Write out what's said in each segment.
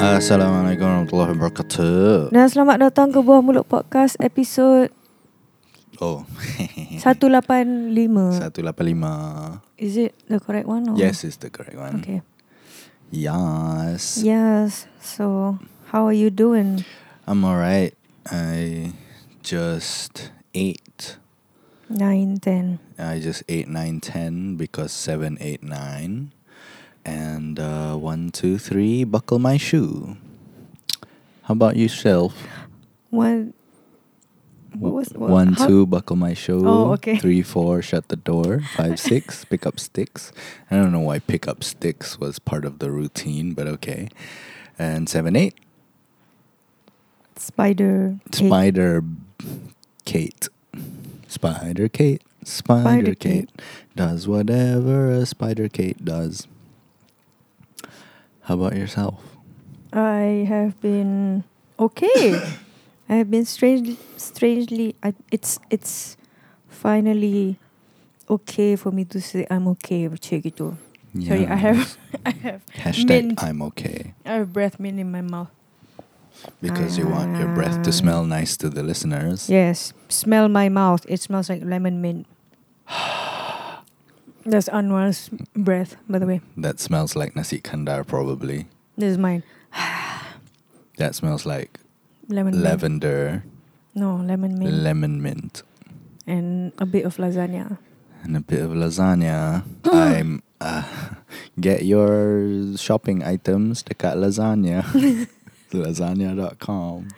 Assalamualaikum warahmatullahi wabarakatuh. Dan selamat datang ke Buah Mulut Podcast episod Oh. 185. 185. Is it the correct one? Or? Yes, it's the correct one. Oh. Okay. Yes. Yes. So, how are you doing? I'm alright. I just ate. 9, 10. I just ate 9, 10 because 7, 8, 9. And uh, 1, 2, 3, buckle my shoe. How about yourself? One. What was what, One, how- two, buckle my shoe. Oh, okay. Three, four, shut the door. Five, six, pick up sticks. I don't know why pick up sticks was part of the routine, but okay. And seven, eight, Spider. cake. Spider Kate. Spider Kate. Spider Kate Spider Kate. does whatever a Spider Kate does. How about yourself? Uh, I have been okay. I have been strange, strangely. I, it's it's finally okay for me to say I'm okay. Macam gitu. Sorry, I have I have Hashtag mint. I'm okay. I have breath mint in my mouth. Because you want your breath to Ah. smell nice to the listeners. Yes, smell my mouth. It smells like lemon mint. That's Anwar's breath, by the way. That smells like nasi kandar, probably. This is mine. That smells like Lemon. Mint. lavender, No, lemon mint lemon mint, and a bit of lasagna. and a bit of lasagna. I'm uh, get your shopping items dekat lasagna. lasagna.com.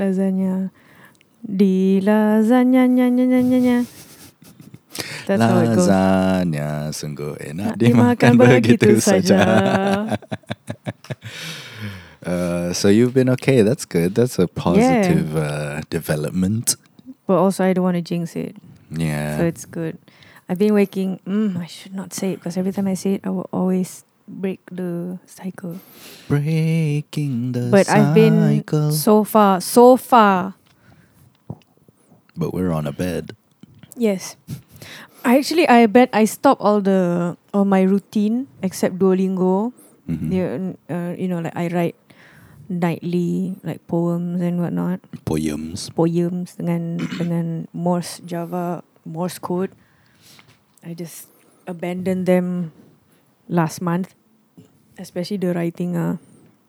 Lasagna. Di lasagna nya nya nya nya nya. That's how it goes. lasagna sungguh enak Nak dimakan begitu saja. Uh, so you've been okay. That's good. That's a positive uh, development. But also, I don't want to jinx it, Yeah. so it's good. I've been waking. Mm, I should not say it because every time I say it, I will always break the cycle. breaking the but I've been cycle. so far, so far. but we're on a bed. Yes, I actually I bet I stop all the all my routine except Duolingo. Mhm. You, uh, you know, like I write nightly like poems and whatnot, Poems. poems dengan dengan Morse Java Morse code. I just abandoned them last month, especially the writing. Uh,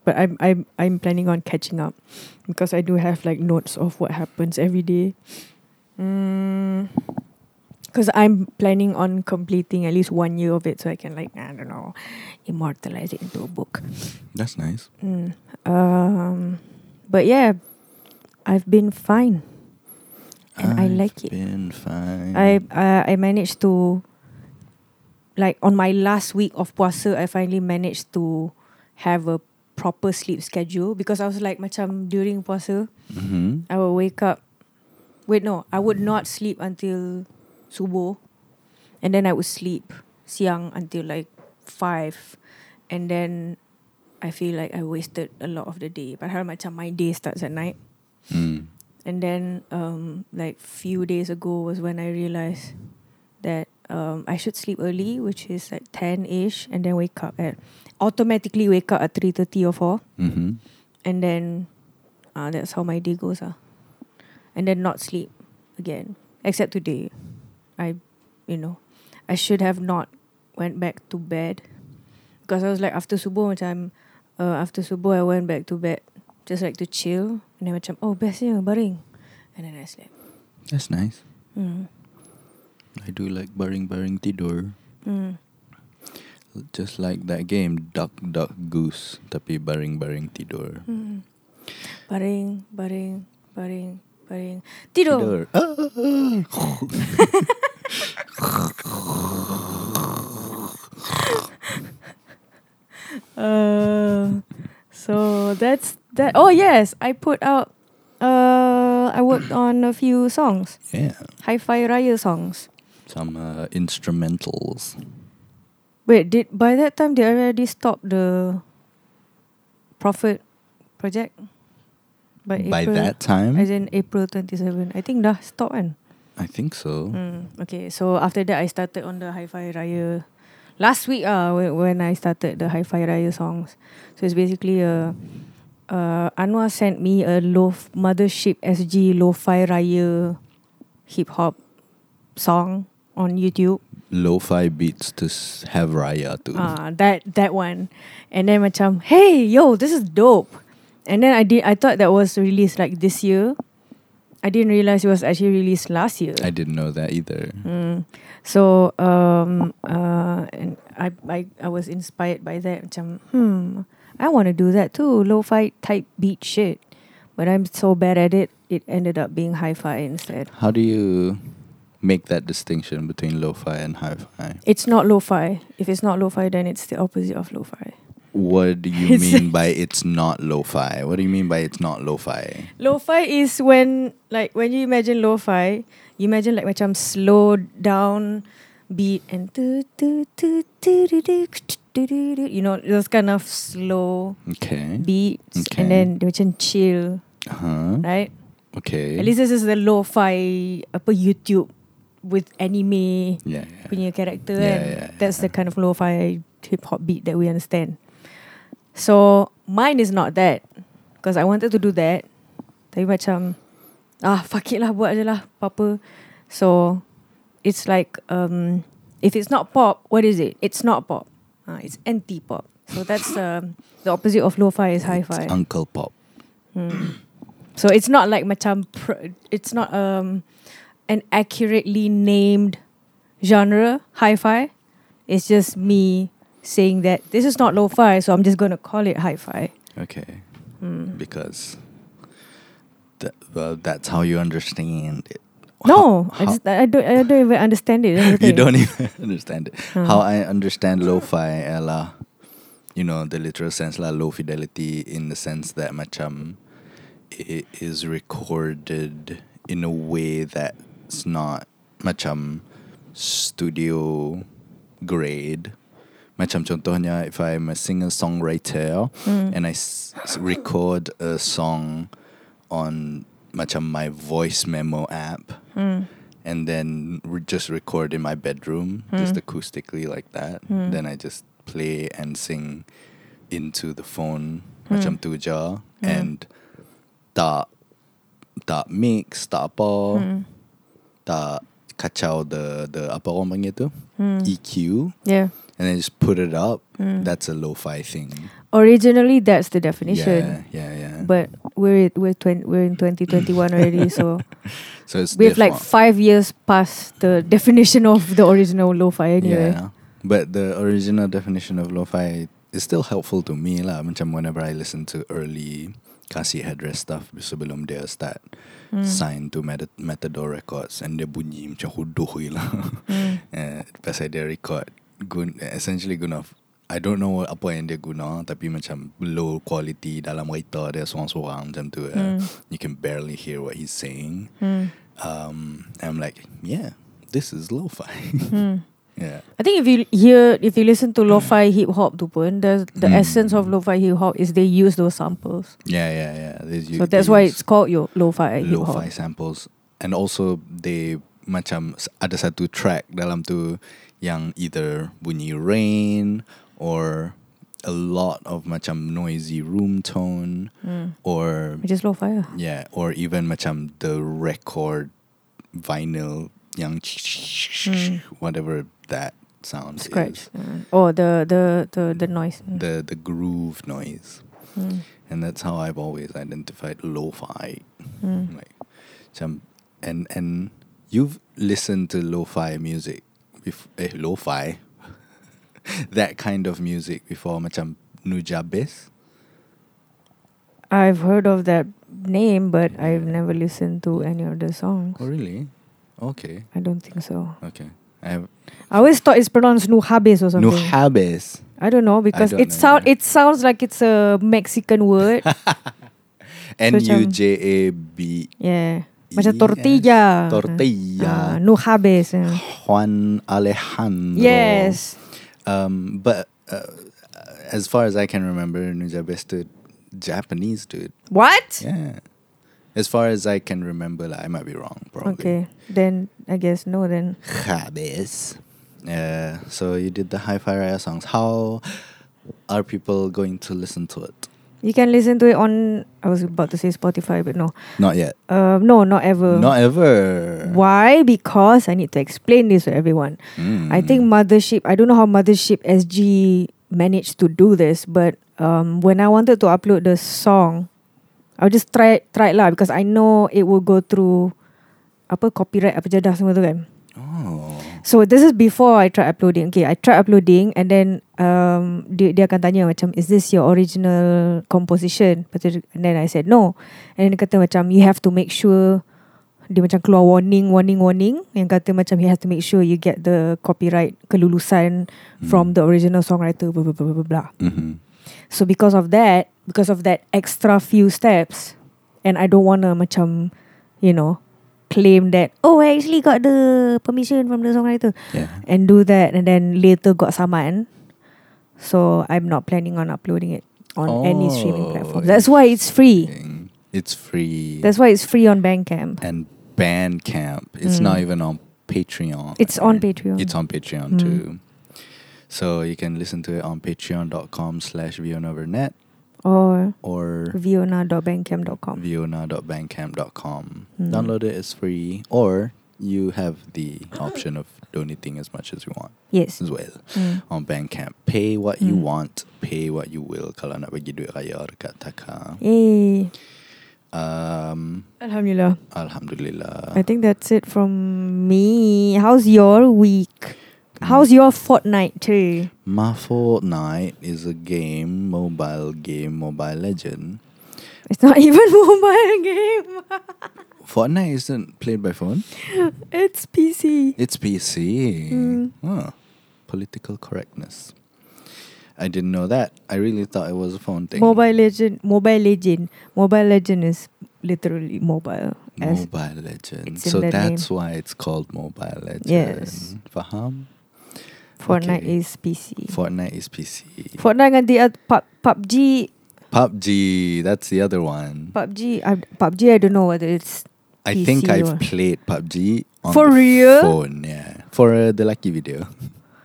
but I'm I'm I'm planning on catching up because I do have like notes of what happens every day. Because I'm planning on completing at least one year of it, so I can like I don't know, immortalize it into a book. That's nice. Mm. Um, but yeah, I've been fine. And I like it. Been fine. I uh, I managed to like on my last week of puasa I finally managed to have a proper sleep schedule because I was like macam during puasa Mhm. I will wake up wait no I would not sleep until subuh and then I would sleep siang until like 5 and then I feel like I wasted a lot of the day padahal macam my day starts at night Mm. and then um, like few days ago was when I realized that um, I should sleep early, which is like ten ish, and then wake up at automatically wake up at three thirty or four, Mhm. and then uh, that's how my day goes. Ah, and then not sleep again, except today. I, you know, I should have not went back to bed because I was like after subuh macam uh, after subuh I went back to bed just like to chill and then macam oh bestnya baring and then I slept. That's nice. Mm. I do like baring baring tidur. Mm. Just like that game, duck duck goose. Tapi baring baring tidur. Mm. Baring, baring, baring, baring. Tidur. Tidur. Ah, ah, ah. Uh, so that's that. Oh yes, I put out. Uh, I worked on a few songs, yeah. hi-fi raya songs. Some uh, instrumentals. Wait, did by that time they already stopped the profit project? By, By April, that time, As in April 27. I think dah stop kan? I think so. Mm, okay, so after that I started on the Hi-Fi Raya last week uh, when, when I started the Hi-Fi Raya songs. So it's basically a uh, Anwar sent me a low Mothership SG Lo-Fi Raya hip hop song on YouTube. Lo-fi beats to s- have Raya too. Ah, that that one. And then macam, hey, yo, this is dope. And then I did I thought that was released like this year. I didn't realize it was actually released last year. I didn't know that either. Mm. So um uh and I I, I was inspired by that. Macam, hmm, I want to do that too. Lo-fi type beat shit. But I'm so bad at it. It ended up being hi-fi instead. How do you make that distinction between lo-fi and hi-fi? It's not lo-fi. If it's not lo-fi, then it's the opposite of lo-fi. What do you It's- mean by it's not lo-fi? What do you mean by it's not lo-fi? Lo-fi is when like when you imagine lo-fi, you imagine like macam slow down beat and tu- tu- tu- tu- du- du- tu- du- du- du- you know those kind of slow Okay. beats Okay. and then dia macam chill, huh. right? Uh-huh. Okay. At least this is the lo-fi apa YouTube with anime yeah. yeah. punya character Yeah, and yeah, that's yeah. the kind of lo-fi hip hop beat that we understand. So mine is not that because I wanted to do that. Tapi macam ah fuck it lah buat je lah apa-apa. So it's like um if it's not pop, what is it? It's not pop. Ah, it's anti-pop. So that's um, the opposite of lo-fi is hi-fi. It's Uncle Pop. So it's not like macam pr- it's not um an accurately named genre hi-fi. It's just me saying that this is not lo-fi, so I'm just going to call it hi-fi. Okay. Hmm. Because th- well, that's how you understand it. No, How- I, how- just, I don't I don't even understand it. Hmm. That's you the thing. don't even understand it. No. How I understand lo-fi, Ella, you know, the literal sense, la low fidelity, in the sense that macam it is recorded in a way that's not macam studio grade. Macam contohnya, if I'm a singer-songwriter Mm. and I s- s- record a song on macam my voice memo app, Mm. and then re- just record in my bedroom, just acoustically like that. Mm. Then I just play and sing into the phone, Mm. macam tu je, Mm. and tak tak mix, tak apa, Mm. tak kacau the the apa orang panggil tu Mm. E- EQ, Yeah. and then just put it up. Mm. That's a lo-fi thing. Originally that's the definition. Yeah, yeah, yeah. But we're we're twen- we're in 2021 already, so so it's we have like different. five years past the definition of the original lo-fi anyway. Yeah. But the original definition of lo-fi is still helpful to me lah. Macam whenever I listen to early Kasih Headrest stuff sebelum dia start Mm. sign to Met- Matador Records and dia bunyi macam huduh je lah. Mm. Eh, pasal dia record gun, essentially guna I don't know apa yang dia guna tapi macam low quality dalam kereta dia seorang-seorang macam tu. eh. Mm. You can barely hear what he's saying. Mm. Um, I'm like, yeah, this is lo-fi. Mm. yeah. I think if you hear, if you listen to lo-fi hip hop tu pun, the the Mm. essence of lo-fi hip hop is they use those samples. Yeah, yeah, yeah. They u- so that's they why use it's called your lo-fi hip lo-fi hop. samples and also they macam s- ada satu track dalam tu yang either bunyi rain or a lot of macam noisy room tone Mm. or Which is lo-fi. lah. yeah or even macam the record vinyl yang Mm. whatever that sound Scratch. is Mm. Oh, the the the the noise. Mm. the the groove noise Mm. and that's how I've always identified lo-fi Mm. like macam, and and you've listened to lo-fi music bef- eh, lo-fi that kind of music before macam nujabes I've heard of that name, but I've never listened to any of the songs. oh really okay I don't think so. okay I have I always thought it's pronounced Nuhabes or something. nujabes I don't know because don't it know sound either. it sounds like it's a Mexican word. N U J A B yeah. Macam Yes. tortilla. tortilla Ah, Nuhabes. yeah. Juan Alejandro Yes. um but uh, as far as I can remember nujabes stood Japanese dude What? Yeah. As far as I can remember, like, I might be wrong, probably. Okay. Then I guess no then. Jabez. Yeah. So you did the Hi-Fi Raya songs. How are people going to listen to it? You can listen to it on. I was about to say Spotify, but no. Not yet. Um, no, not ever. Not ever. Why? Because I need to explain this to everyone. Hmm. Mm. I think Mothership. I don't know how Mothership SG managed to do this, but um, when I wanted to upload the song, I will just try try it lah because I know it will go through apa copyright apa jadah semua tu kan. Oh. So this is before I tried uploading. Okay, I tried uploading and then um dia, dia akan tanya macam is this your original composition? Lepas tu, dia- And then I said no. And then dia kata macam you have to make sure dia macam keluar warning warning warning yang kata macam you have to make sure you get the copyright kelulusan Hmm. mm. from the original songwriter blah blah blah blah blah, blah. Mm-hmm. So because of that, because of that extra few steps, and I don't wanna macam, you know, claim that oh I actually got the permission from the songwriter Yeah. and do that, and then later got samaan. So I'm not planning on uploading it on any streaming Oh, platform. That's why it's free. Thing. It's free. That's why it's free on Bandcamp. and Bandcamp. It's not even on Patreon. Mm. It's on Patreon. Mm. It's on Patreon too. So you can listen to it on patreon.com slash vionavernet or or viona.bandcamp.com. viona.bandcamp.com. Mm. Download it, it's free. Or you have the option of donating as much as you want Yes. as well Mm. on Bandcamp. Pay what you Mm. want, pay what you will kalau nak bagi duit raya dekat Taka. Yay. Um, Alhamdulillah. Alhamdulillah. I think that's it from me. How's your week? How's your fortnight too? My Fortnite is a game, mobile game, Mobile Legend. It's not even mobile game. Fortnite isn't played by phone. it's PC. It's PC. Mm. Huh. Political correctness. I didn't know that. I really thought it was a phone thing. Mobile Legend. Mobile Legend. Mobile Legend is literally mobile. As Mobile Legend. it's in So the that's why it's called Mobile Legend. Yes. Faham? Fortnite okay. is PC. Fortnite is PC. Fortnite dengan the other pub, PUBG. PUBG, that's the other one. PUBG. I, PUBG. I don't know whether it's. I PC think I've or- played PUBG on For the real? phone, yeah. For uh, the lucky video.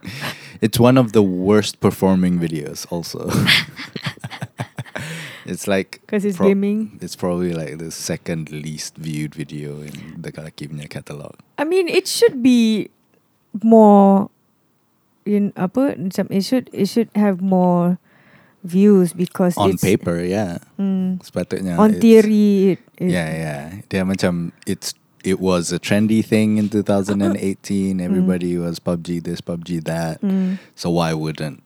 it's one of the worst performing videos also. it's like Because it's Pro- gaming. it's probably like the second least viewed video in the Galaki punya catalog. I mean, it should be more in apa macam it should it should have more views because On it's, paper, yeah. mm, Sepatutnya on it's- theory. It, it, Yeah, yeah. Dia macam it's it was a trendy thing in 2018. Everybody was PUBG this, PUBG that. Mm, So why wouldn't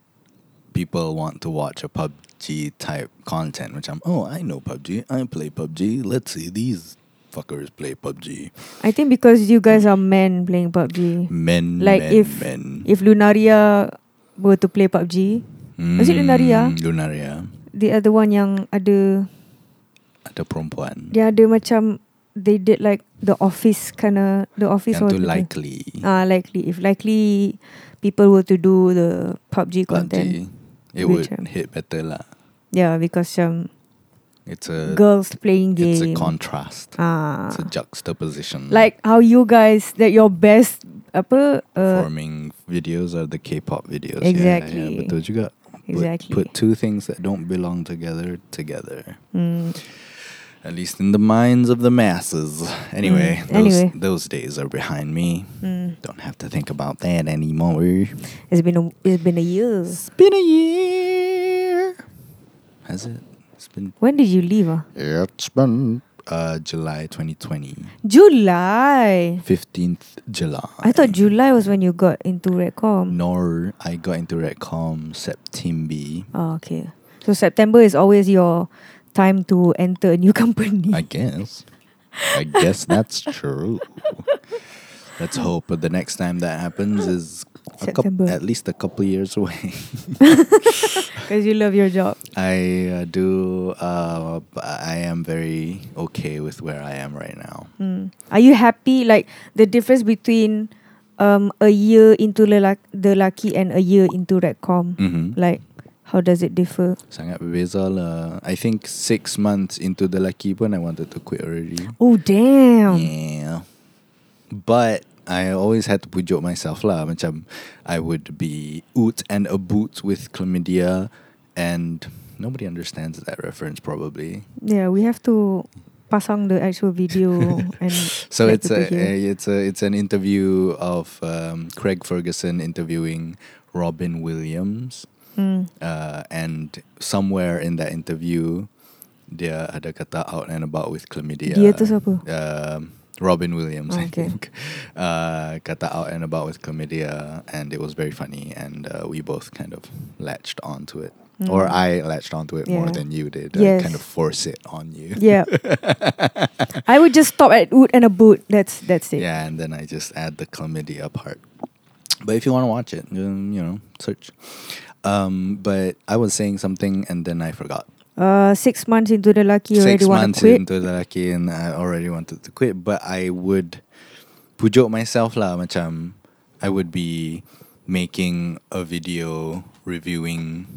people want to watch a PUBG type content? Which I'm, oh, I know PUBG. I play PUBG. Let's see these fuckers play PUBG. I think because you guys are men playing PUBG. Men, Like men, if- men. If Lunaria were to play PUBG, is it Lunaria? Mm, Lunaria. the other one yang ada Ada perempuan. dia ada macam they did like the office kind of the office Yang was tu likely. Ah, likely if likely people were to do the PUBG PUBG. content. It would which, um, hit better lah. Yeah, because um, It's a girls playing game. Uh, it's a contrast. ah. It's a juxtaposition. like how you guys that your best apa uh, performing videos are the K-pop videos. Yeah, yeah, Exactly. betul juga. Put- exactly. Put two things that don't belong together together. Mm. At least in the minds of the masses. Anyway, Mm, those anyway. those days are behind me. Mm. Don't have to think about that anymore. It's been a it's been a year. It's been a year. Has it? It's been When did you leave? Ah, it's been uh July 2020. July. 15th July. I thought July was when you got into Redcom. Nor I got into Redcom September. Oh, okay. So September is always your time to enter a new company. I guess. I guess that's true. Let's hope the next time that happens is a couple, September. at least a couple years away. Because you love your job. I uh, do. Uh, b- I am very okay with where I am right now. Mm. Are you happy? Like the difference between um a year into lelak the lucky and a year into Redcom. Mm-hmm. Like how does it differ? Sangat berbeza lah. I think six months into the lucky pun I wanted to quit already. Oh damn! Yeah. But I always had to pujuk myself lah. Macam I would be oot and a boot with chlamydia, and nobody understands that reference probably. Yeah, we have to pasang the actual video and So let it's people a, hear. a- it's a it's an interview of um, Craig Ferguson interviewing Robin Williams, Mm. uh, and somewhere in that interview, dia ada kata out and about with chlamydia. Dia tu siapa? Um, Robin Williams, I Okay. think. Uh, kata out and about with chlamydia, and it was very funny, and uh, we both kind of latched onto it, or Mm. I latched onto it more Yeah. than you did. I Yes. kind of force it on you. Yeah. I would just stop at wood and a boot. That's that's it. Yeah, and then I just add the chlamydia part. But if you want to watch it, um, you know, search. Um, but I was saying something and then I forgot. Uh, six months into the lucky, you Six already want to months quit. into the lucky and I already wanted to quit, but I would pujuk myself lah macam I would be making a video reviewing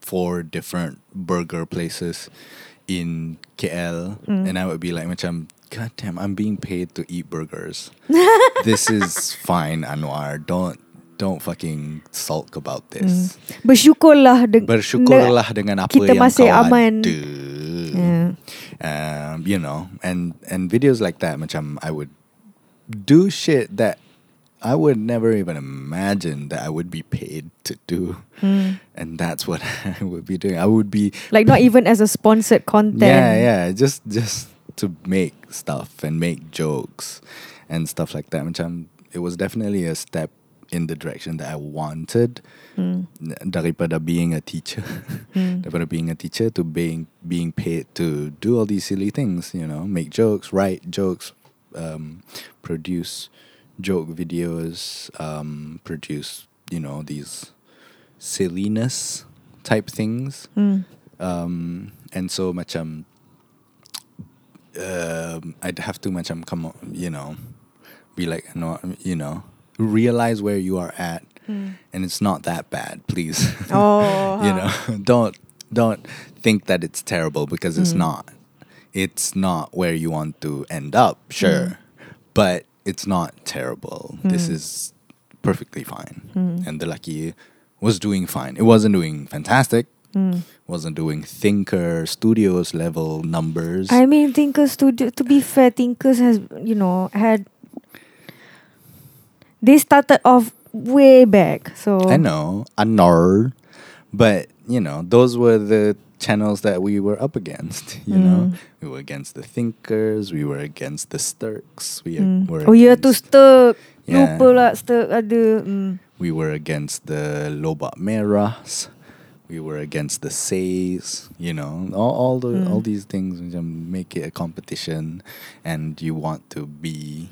four different burger places in KL Mm. and I would be like macam god damn I'm being paid to eat burgers. this is fine Anwar. Don't don't fucking sulk about Mm. this. Bersyukurlah de- Bersyukurlah dengan apa kita yang masih kau aman. Ya. ada. Yeah. Um, you know, and and videos like that, macam I would do shit that I would never even imagine that I would be paid to do, and that's what I would be doing. I would be Hmm. Like not even as a sponsored content. yeah, yeah, just just to make stuff and make jokes and stuff like that. Macam it was definitely a step in the direction that I wanted Mm. n- daripada being a teacher, daripada being a teacher to being being paid to do all these silly things. You know, make jokes, write jokes, um, produce joke videos, um, produce you know these silliness type things. Mm. Um, and so macam um, I'd have to macam come up, you know, be like no, you know, realize where you are at, and it's not that bad. Please, Hmm. Oh, you huh. know, don't don't think that it's terrible because Hmm. it's not. It's not where you want to end up, Hmm. sure, but it's not terrible. This Hmm. is perfectly fine, and the lucky was doing fine. It wasn't doing fantastic. Hmm. Wasn't doing thinker studios level numbers. I mean, Thinkers to to be fair, Thinkers has you know had they started off way back. So I know, I know, but you know, those were the channels that we were up against. You know, Mm. we were against the thinkers, we were against the Sturks, we Mm. were. Oh, yeah, tu against- stuck. Yeah. Lupa lah stuck ada. Mm. We were against the Lobak Meras. We were against the Says, you know, all, all the all Mm. these things which um, make it a competition, and you want to be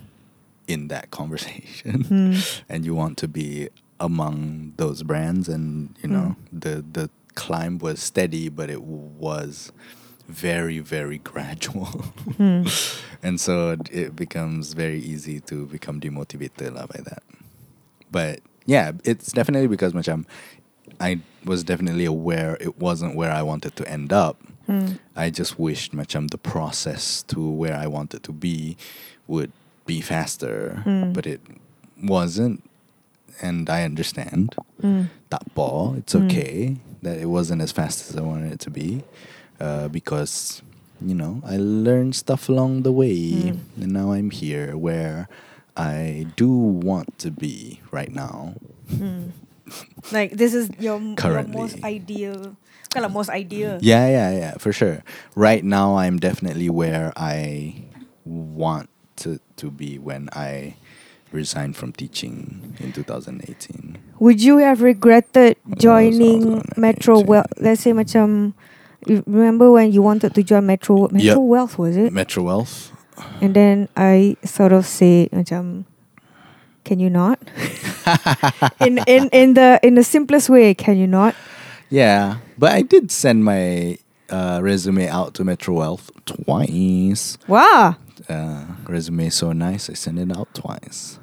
in that conversation, Mm. and you want to be among those brands, and you know, the the climb was steady, but it was very very gradual, Mm. and so it becomes very easy to become demotivated lah by that but yeah, it's definitely because macam I was definitely aware it wasn't where I wanted to end up. Mm. I just wished macam the process to where I wanted to be would be faster, Mm. but it wasn't, and I understand Mm. that ball. It's Mm. okay that it wasn't as fast as I wanted it to be, uh, because you know I learned stuff along the way, Mm. and now I'm here where I do want to be right now. Mm. Like this is your, m- your Currently. most ideal. Bukan lah most ideal. Yeah, yeah, yeah, for sure. Right now, I'm definitely where I want to, to be when I resigned from teaching in 2018. Would you have regretted joining sounds like Metro nature. Wealth? Let's say macam you remember when you wanted to join Metro Metro Yep. Wealth was it? Metro Wealth. And then I sort of say macam can you not? in in in the in the simplest way, can you not? Yeah, but I did send my uh, resume out to Metro Wealth twice. Wow. Uh, resume so nice, I sent it out twice.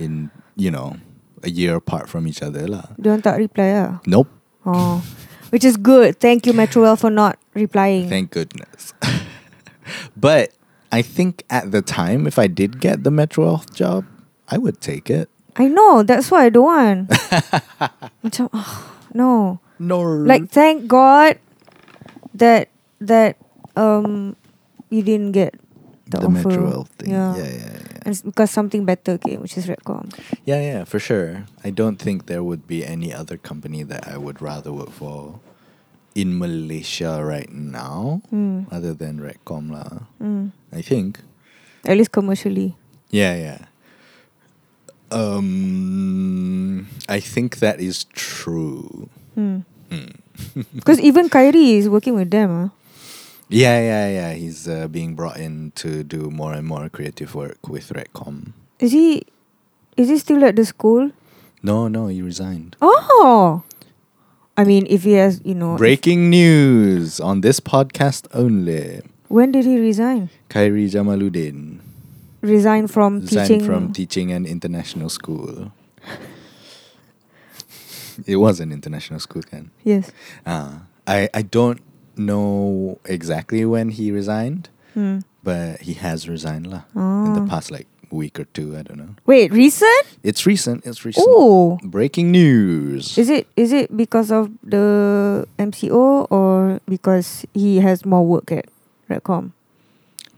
In, you know, a year apart from each other. Lah. Don't tak reply ah. Nope. Oh. Which is good. Thank you Metro Wealth for not replying. Thank goodness. but I think at the time, if I did get the Metro Health job, I would take it. I know. That's why I don't want. Macam, ah, no. No. Like Mm-hmm. thank God that that um you didn't get the, the offer. Metroel thing. Yeah. Yeah, yeah, yeah. yeah. And it's because something better came, which is Redcom. Yeah, yeah, for sure. I don't think there would be any other company that I would rather work for in Malaysia right now Mm. other than Redcom lah. Mm. I think. At least commercially. Yeah, yeah. Um I think that is true. Hmm. Hmm. Because even Kyrie is working with them. ah. Yeah, yeah, yeah. He's uh, being brought in to do more and more creative work with Redcom. Is he is he still at the school? No, no, he resigned. Oh I mean if he has you know if- Breaking news on this podcast only. when did he resign? Khairi Jamaluddin Resign from resigned teaching from teaching an international school. it was an international school, Ken. Yes. Uh, I, I don't know exactly when he resigned, Hmm. but he has resigned lah in Oh. the past like week or two. I don't know. Wait, recent? It's recent. It's recent. Oh. Breaking news. Is it is it because of the MCO or because he has more work at Redcom?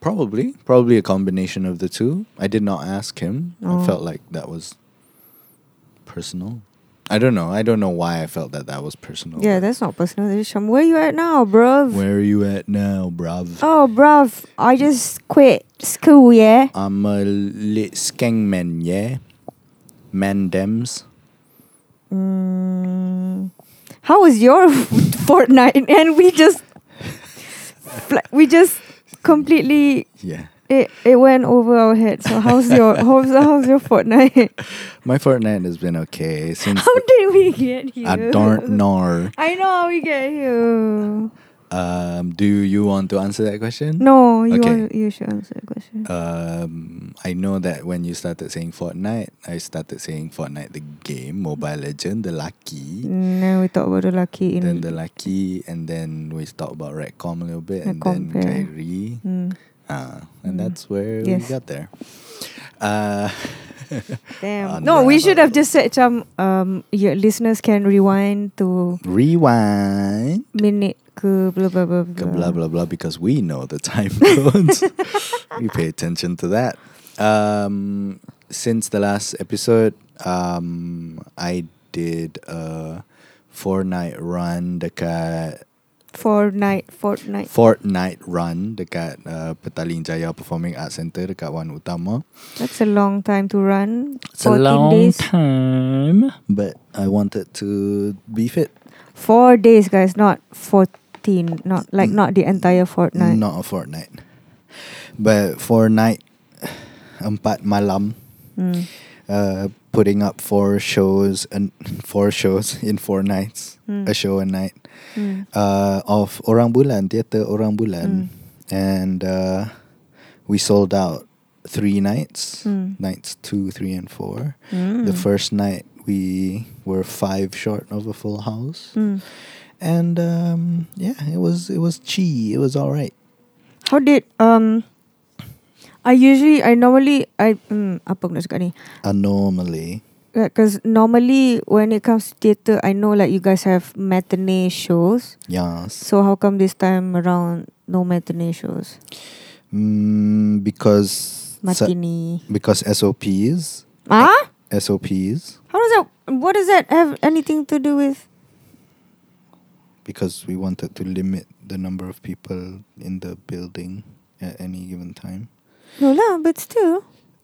Probably, probably a combination of the two. I did not ask him. Oh. I felt like that was personal. I don't know. I don't know why I felt that that was personal. Yeah, but that's not personal. That's Sham. Where you at now, bruv? Where are you at now, bruv? Oh, bruv, I just quit school. Yeah. I'm a lit skeng man, yeah. Man dems. Uh. Mm. How was your fortnight? And we just, fla- we just completely Yeah. it it went over our head. So how's your how's how's your fortnight? My Fortnite has been okay since How did we get here? I don't know. I know how we get here. Um, do you want to answer that question? No, you Okay. want, you should answer the question. Um, I know that when you started saying Fortnite, I started saying Fortnite the game, Mobile Legend, the lucky, Now we talk about the lucky in. then the lucky, and then we talked about Redcom a little bit, and then Redcom, yeah. Kyrie, Mm. uh, and Mm. that's where we Yes. got there. Uh, Damn. on no, Rana. we should have just said, macam, um, your listeners can rewind to rewind. minute ke blah blah blah blah. Blah blah blah, because we know the time codes. we pay attention to that. Um, since the last episode, um, I did a four night run dekat Fortnite, Fortnite. Fortnite run dekat uh, Petaling Jaya Performing Arts Centre dekat Wan Utama. That's a long time to run. It's a 14 long days. time, but I wanted to be fit. Four days, guys, not fourteen. Not like Mm. not the entire Fortnite. Not a fortnight, but four night, empat malam. Mm. uh, putting up four shows and four shows in four nights, Mm. a show a night Mm. uh, of Orang Bulan Theater Orang Bulan, Mm. and uh, we sold out three nights, Mm. nights two, three, and four. Mm. The first night we were five short of a full house, Mm. and um, yeah, it was it was chi, it was all right. How did um? I usually, I normally, I mm, apa aku nak cakap ni? Anomaly. Because normally when it comes to theatre, I know like you guys have matinee shows. Yes. So how come this time around no matinee shows? Mm, because sa- Matini. because SOPs ah? SOPs How does that? What does that have anything to do with? because we wanted to limit the number of people in the building at any given time. No lah, but still.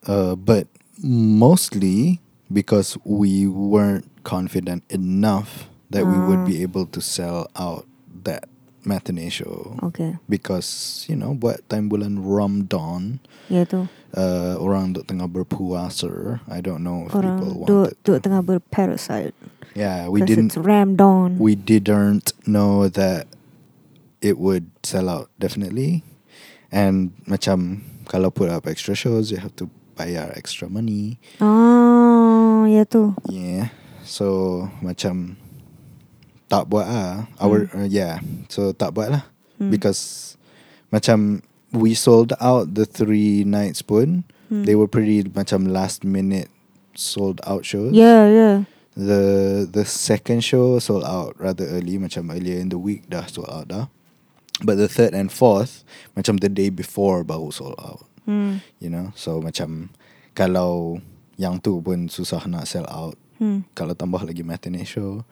Uh, but mostly because we weren't confident enough that we would Ah. be able to sell out that matinee show. Okay. Because, you know, buat time bulan Ramadan, Ya tu. uh, orang duk tengah berpuasa. I don't know if people Orang duk wanted duk tengah berparasite. Yeah, we 'Cause didn't It's rammed on. we didn't know that it would sell out definitely and macam kalau put up extra shows you have to bayar extra money Ah, ya tu. yeah so macam tak buat ah our uh, yeah so tak buat lah Hmm. because macam we sold out the three nights pun Hmm. they were pretty macam last minute sold out shows. Yeah, yeah. The the second show sold out rather early, macam earlier in the week dah sold out dah. But the third and fourth, macam the day before baru sold out. Hmm. You know, so macam kalau yang tu pun susah nak sell out, Hmm. kalau tambah lagi matinee show,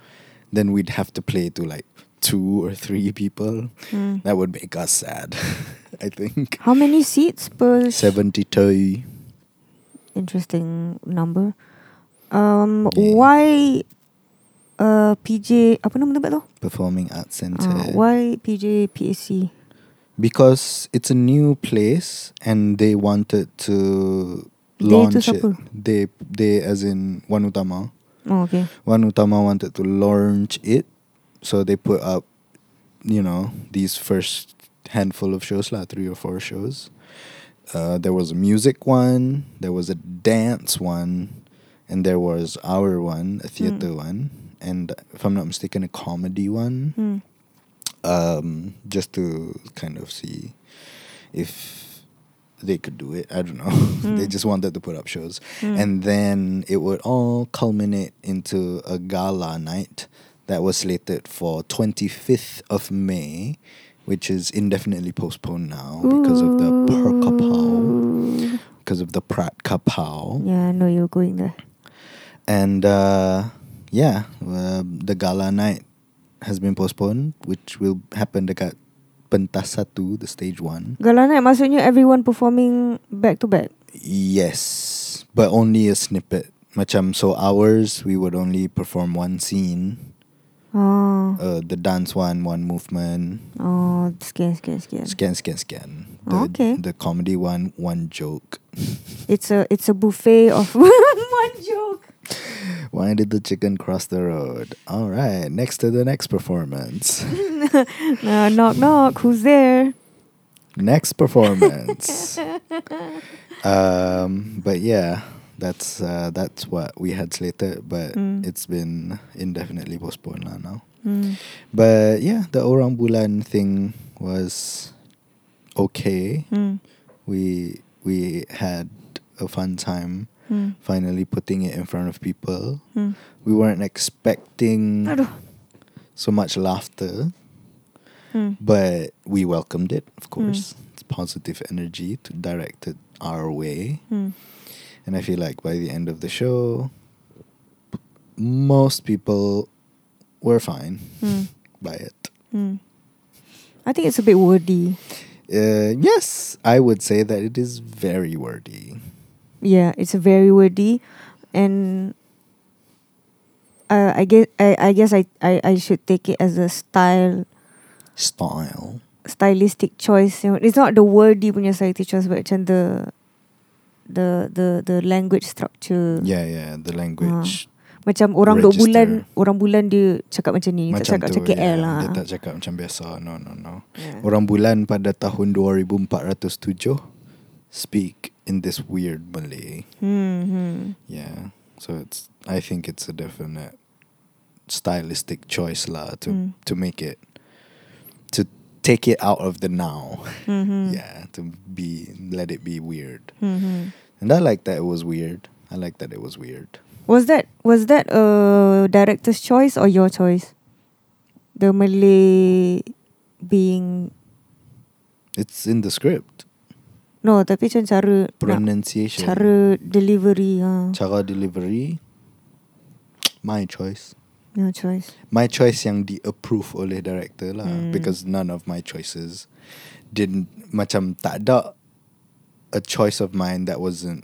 then we'd have to play to like two or three people. Hmm. That would make us sad, I think. How many seats per sh- 72. interesting number. Um, Yeah. why uh, PJ apa nama tempat tu? Performing Arts Center. Uh, why PJ PAC? Because it's a new place and they wanted to They tu launch it. siapa? They, they as in Wan Utama. Oh, okay. Wan Utama wanted to launch it. So they put up, you know, these first handful of shows, like three or four shows. Uh, there was a music one, there was a dance one, and there was our one, a theater Mm. one, and if I'm not mistaken, a comedy one Hmm. um, just to kind of see if they could do it. I don't know. they Mm. just wanted to put up shows. Mm. And then it would all culminate into a gala night that was slated for 25th of May, which is indefinitely postponed now because of the Perkapow, Ooh. because of the Prat Kapow. Yeah, I know you're going there. And uh, yeah, uh, the gala night has been postponed, which will happen dekat Pentas Satu, the stage one. Gala night maksudnya everyone performing back to back. Yes, but only a snippet. Macam so ours, we would only perform one scene, Oh. uh, the dance one, one movement, oh, scan scan scan. Oh, scan, scan, scan. The, Okay. The comedy one, one joke. It's a it's a buffet of one joke. Why did the chicken cross the road? All right, next to the next performance. Uh, knock knock, who's there? next performance. um, but yeah, that's uh, that's what we had slated, but Mm. it's been indefinitely postponed lah now. Hmm. But yeah, the orang bulan thing was okay. Hmm. We we had a fun time Hmm. finally putting it in front of people. Hmm. We weren't expecting Aduh. so much laughter. Hmm. But we welcomed it, of course. It's positive energy to direct it our way. Hmm. And I feel like by the end of the show, most people were fine Hmm. by it. Hmm. I think it's a bit wordy. Uh, yes, I would say that it is very wordy. Yeah, it's very wordy, and uh, I guess I, I guess I, I, I should take it as a style Style. stylistic choice. You know, it's not the wordy punya stylistic choice, but macam the the the the language structure. Yeah, yeah, the language. Ah. Macam orang dua Register. bulan orang bulan dia cakap macam ni, tak cakap macam tu, KL lah. Dia tak cakap macam biasa. No, no, no. Yeah. Orang bulan pada tahun 2407 speak in this weird Malay. Hmm, hmm. Yeah. So it's I think it's a definite stylistic choice lah to Mm. to make it to take it out of the now. Hmm, hmm. Yeah, to be let it be weird. Hmm, hmm. And I like that it was weird. I like that it was weird. Was that was that a director's choice or your choice? The Malay being It's in the script. no, tapi macam cara nak, Pronunciation. cara delivery ha. Cara delivery. My choice. Your choice. My choice yang di approve oleh director lah Hmm. because none of my choices didn't macam tak ada a choice of mine that wasn't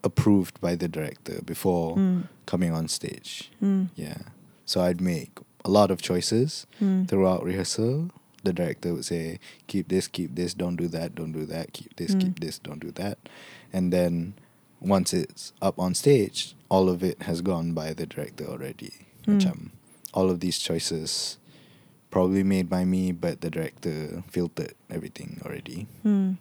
approved by the director before Hmm. coming on stage. Hmm. Yeah. So I'd make a lot of choices Hmm. throughout rehearsal. The director would say, keep this, keep this, don't do that, don't do that, keep this, Mm. keep this, don't do that. And then once it's up on stage, all of it has gone by the director already. Mm. Macam, all of these choices probably made by me, but the director filtered everything already. Hmm.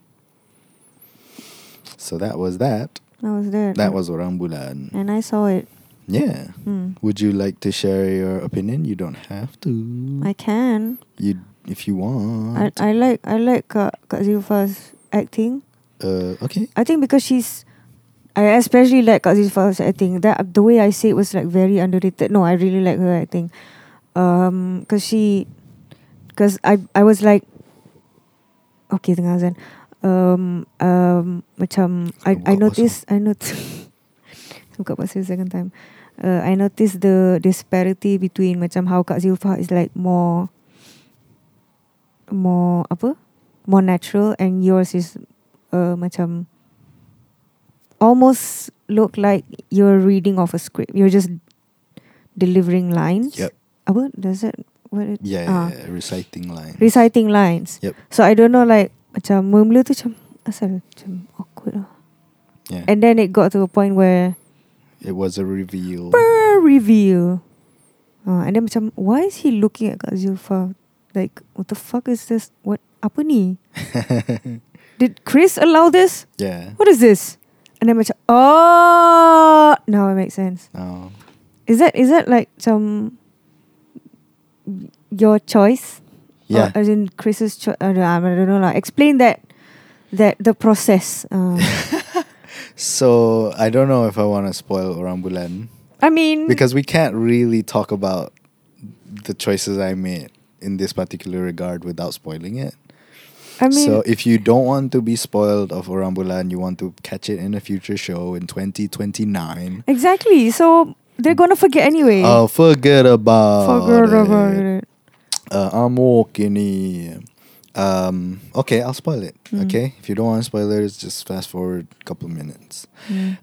So that was that. That was that. That was Orang Bulan. And I saw it. Yeah. Hmm. Would you like to share your opinion? You don't have to. I can. You, if you I, want. I like I like Kak Kak Zilfa's acting. uh, okay. I think because she's I especially like Kat Zilfa's acting. That the way I say it was like very underrated. No, I really like her acting. Um, cause she, cause I I was like, okay, tengah Azan. Um, um, macam I Kena I buka noticed I noticed. Buka pasal second time. Uh, I noticed the disparity between macam how Kak Zilfa is like more, more apa, more natural and yours is uh, macam almost look like you're reading off a script. You're just delivering lines. Yep. Apa? Does it? What? It, Yeah, ah, yeah, yeah, reciting lines. Reciting lines. Yep. So I don't know like macam mula tu macam asal macam awkward lah. Yeah. And then it got to a point where it was a reveal. per reveal. Uh, and then macam why is he looking at Kak Zulfa? Like what the fuck is this? What apa ni? Did Chris allow this? yeah. What is this? And then macam oh now it makes sense. No. Is that is that like some your choice? Yeah. Or, as in Chris's choice? I don't, I don't know. Lah. Explain that that the process. Uh, So I don't know if I want to spoil Orang Bulan I mean, because we can't really talk about the choices I made in this particular regard without spoiling it. I mean, so if you don't want to be spoiled of Orang Bulan, you want to catch it in a future show in 2029. exactly. So they're gonna forget anyway. Oh, forget about Forget it. about it. uh, I'm walking in. Um, okay, I'll spoil it. Okay, if you don't want spoilers, just fast forward a couple minutes.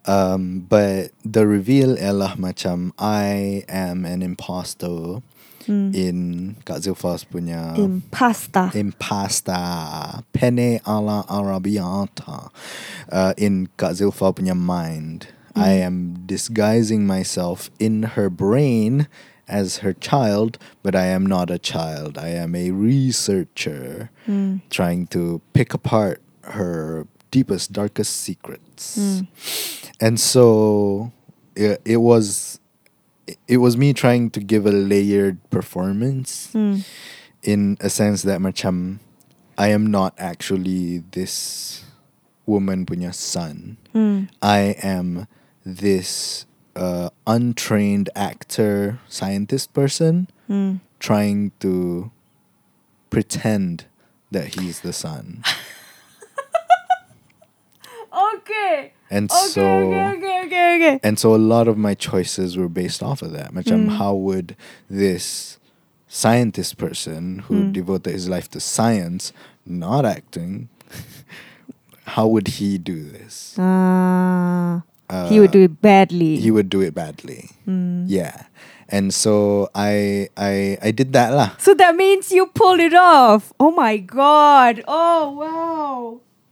Um, but the reveal ialah macam I am an imposter in Kak Zilfa's punya Impasta. impasta penne alla arabiata uh, in Kak Zilfa punya mind. I am disguising myself in her brain as her child, but I am not a child. I am a researcher Mm. Hmm, trying to pick apart her deepest, darkest secrets. And so it, it was it- it was me trying to give a layered performance hmm, in a sense that macam I am not actually this woman punya son. hmm. I am this uh, untrained actor, scientist person Hmm. trying to pretend that he's the son. Okay. And Okay, so okay. Okay. Okay. Okay. And so a lot of my choices were based off of that. Macam, Mm. how would this scientist person who Mm. devoted his life to science, not acting, how would he do this? Ah, Uh, he would do it badly. He would do it badly. Mm. Yeah. And so I I I did that lah. so that means you pulled it off. Oh my god. Oh wow.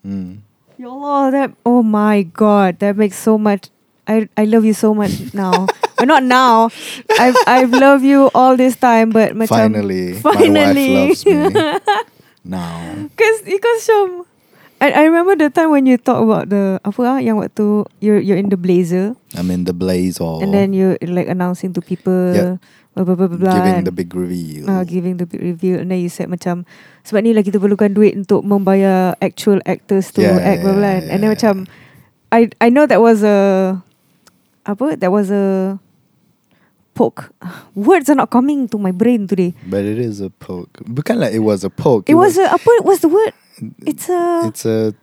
Mm. YOLO, that oh my god, that makes so much I I love you so much now. but not now. I've I've loved you all this time, but macam, Finally, finally. my wife loves me. now. Cause because um, I, I remember the time when you talk about the apa ah, yang waktu you're you're in the blazer I'm in the blaze all and then you're like announcing to people Yeah. blah blah blah blah blah, giving and- the big reveal. uh, giving the big review and then you said macam sebab ni lah kita perlukan duit untuk membayar actual actors to Yeah, act blah blah yeah, blah. and then yeah. macam I I know that was a apa that was a poke words are not coming to my brain today But it is a poke. Bukanlah it was a poke. Mm, it, was, a apa what's the word it's a it's a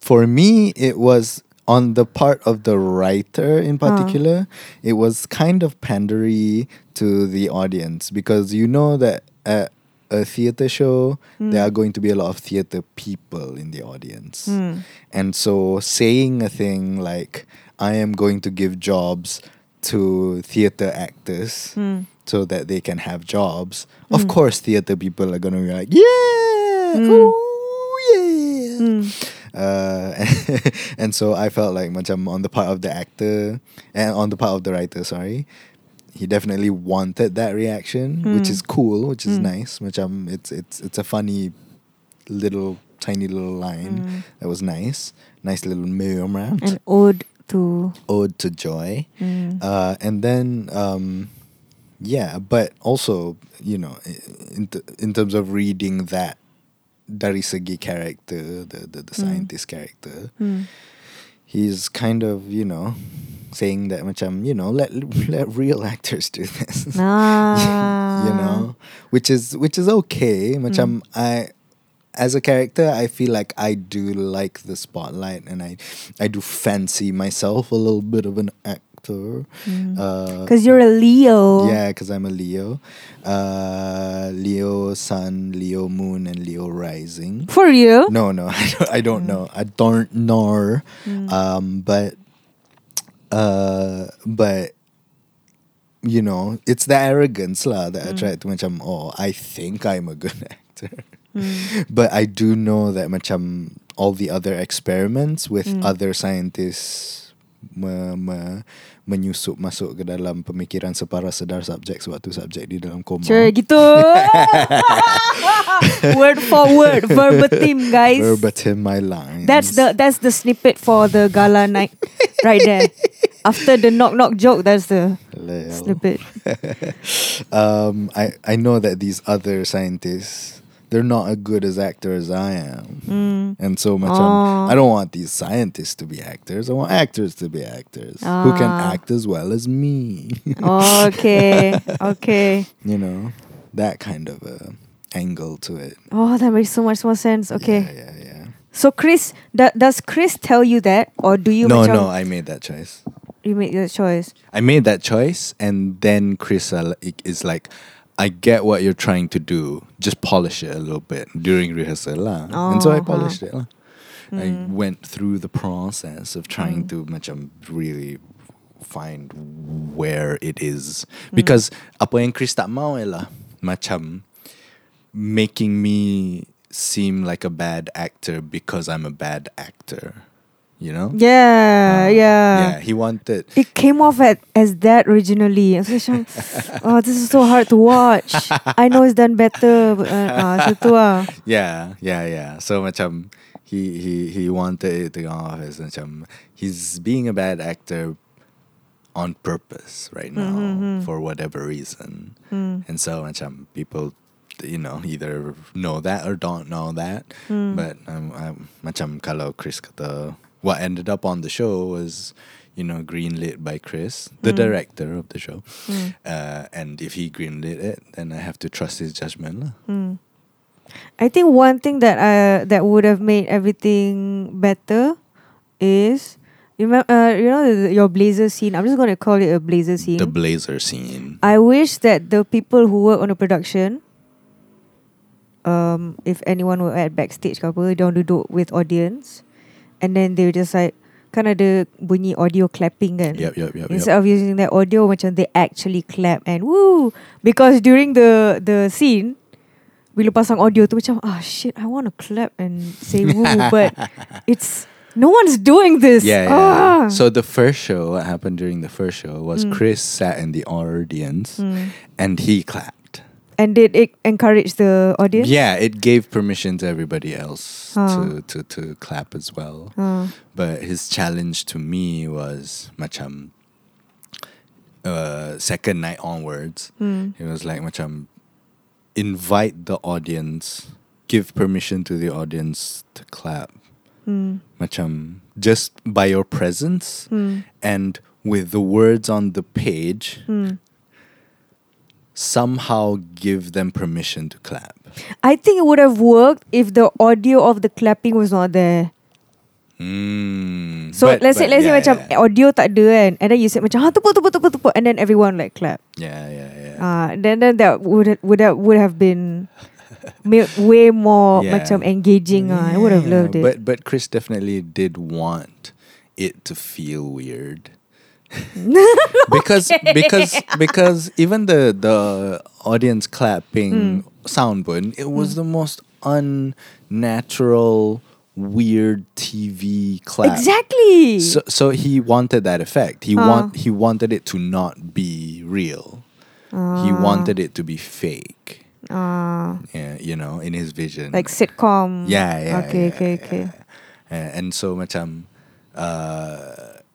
for me it was on the part of the writer in particular it was kind of pandery to the audience because you know that at a theater show there are going to be a lot of theater people in the audience Hmm. Mm-hmm. and so saying a thing like i am going to give jobs to theater actors so that they can have jobs of course theater people are going to be like yeah ooh, yeah uh, and so I felt like macam on the part of the actor and on the part of the writer, sorry, he definitely wanted that reaction, which is cool, which is nice. Macam it's it's it's a funny little tiny little line that was nice, nice little murmur an ode to ode to joy uh, and then um, yeah but also you know i- in, t- in terms of reading that dari segi character the, the, the scientist character he's kind of you know saying that macam you know let let real actors do this. Ah. you know, which is which is okay. Macam I as a character, I feel like I do like the spotlight, and I I do fancy myself a little bit of an actor. Uh, Because you're a Leo. yeah, because I'm a Leo. Uh, Leo Sun, Leo Moon, and Leo Rising. For you? No, no, I don't, I don't know. I don't know. Mm. Um, but, uh, but, you know, it's the arrogance lah Mm. that I try to macam, oh, I think I'm a good actor. Mm. but I do know that macam all the other experiments with Mm. other scientists me, me, menyusup masuk ke dalam pemikiran separa sedar subjek sebab tu subjek di dalam koma. Sure, gitu. word for word, verbatim, guys. Verbatim my lines. That's the that's the snippet for the gala night, right there. After the knock knock joke, that's the Lel. snippet. um, I, I know that these other scientists, they're not as good as actors as I am. And so much, um, Mm. Aw. I don't want these scientists to be actors. I want actors to be actors who can Ah. Oh, act as well as me. Okay, okay. you know, that kind of a angle to it. Oh, that makes so much more sense. Okay. Yeah, yeah, yeah. So Chris, do- does Chris tell you that, or do you? no, macam- no, I made that choice. you make the choice. I made that choice, and then Chris al- is like, I get what you're trying to do. Just polish it a little bit during rehearsal. lah." and so I Oh, huh. polished it. lah. Mm. I went through the process of trying to macam, really find where it is. Mm. Because apa yang Chris tak mau ialah macam making me seem like a bad actor because I'm a bad actor. You know? Uh, Yeah, yeah. Yeah, he wanted... It came off at, as that originally. I was like, oh, this is so hard to watch. I know it's done better. But, uh, uh, so tu ah. Yeah, yeah, yeah. So macam he he he wanted it to go off as macam he's being a bad actor on purpose right now for whatever reason. Hmm. And so macam people you know either know that or don't know that. But um, um, macam kalau Chris kata what ended up on the show was you know greenlit by Chris, the director of the show. Uh, and if he greenlit it, then I have to trust his judgment lah. Hmm. I think one thing that uh, that would have made everything better is you remember uh, you know the, your blazer scene. I'm just gonna call it a blazer scene. The blazer scene. I wish that the people who work on the production, um, if anyone were at backstage ke apa, diorang duduk with audience, and then they were just like kan ada bunyi audio clapping kan. Yep, yep, yep. Instead yep. of using that audio, macam they actually clap and woo because during the the scene, bila pasang audio tu macam ah shit, I want to clap and say woo, but it's no one's doing this. yeah, yeah. Ah. Mm. So the first show, what happened during the first show was Chris sat in the audience and he clapped. Hmm. and did it encourage the audience? Yeah, it gave permission to everybody else Huh. to, to, to clap as well. Ah. But his challenge to me was macam uh, second night onwards. Hmm. It was like macam invite the audience, give permission to the audience to clap. Hmm. Macam just by your presence Hmm. and with the words on the page, Hmm. somehow give them permission to clap. I think it would have worked if the audio of the clapping was not there. Mm. So But- let's say but let's yeah, say macam yeah, audio tak ada kan and then you said macam ha tepuk tepuk tepuk tepuk and then everyone like clap. yeah, yeah, yeah. Ah then then that would would that would have been made way more Yeah. macam engaging ah. I would have Yeah, loved it. But but Chris definitely did want it to feel weird. because because because even the the audience Hmm. clapping sound button, it was the most unnatural, weird TV clap. exactly. So so he wanted that effect. He Ah. want he wanted it to not be real. He Ah. wanted it to be fake. Ah Yeah, you know, in his vision. like sitcom. Yeah, yeah. Okay, yeah, okay, yeah, okay. yeah. Uh, and so macam uh,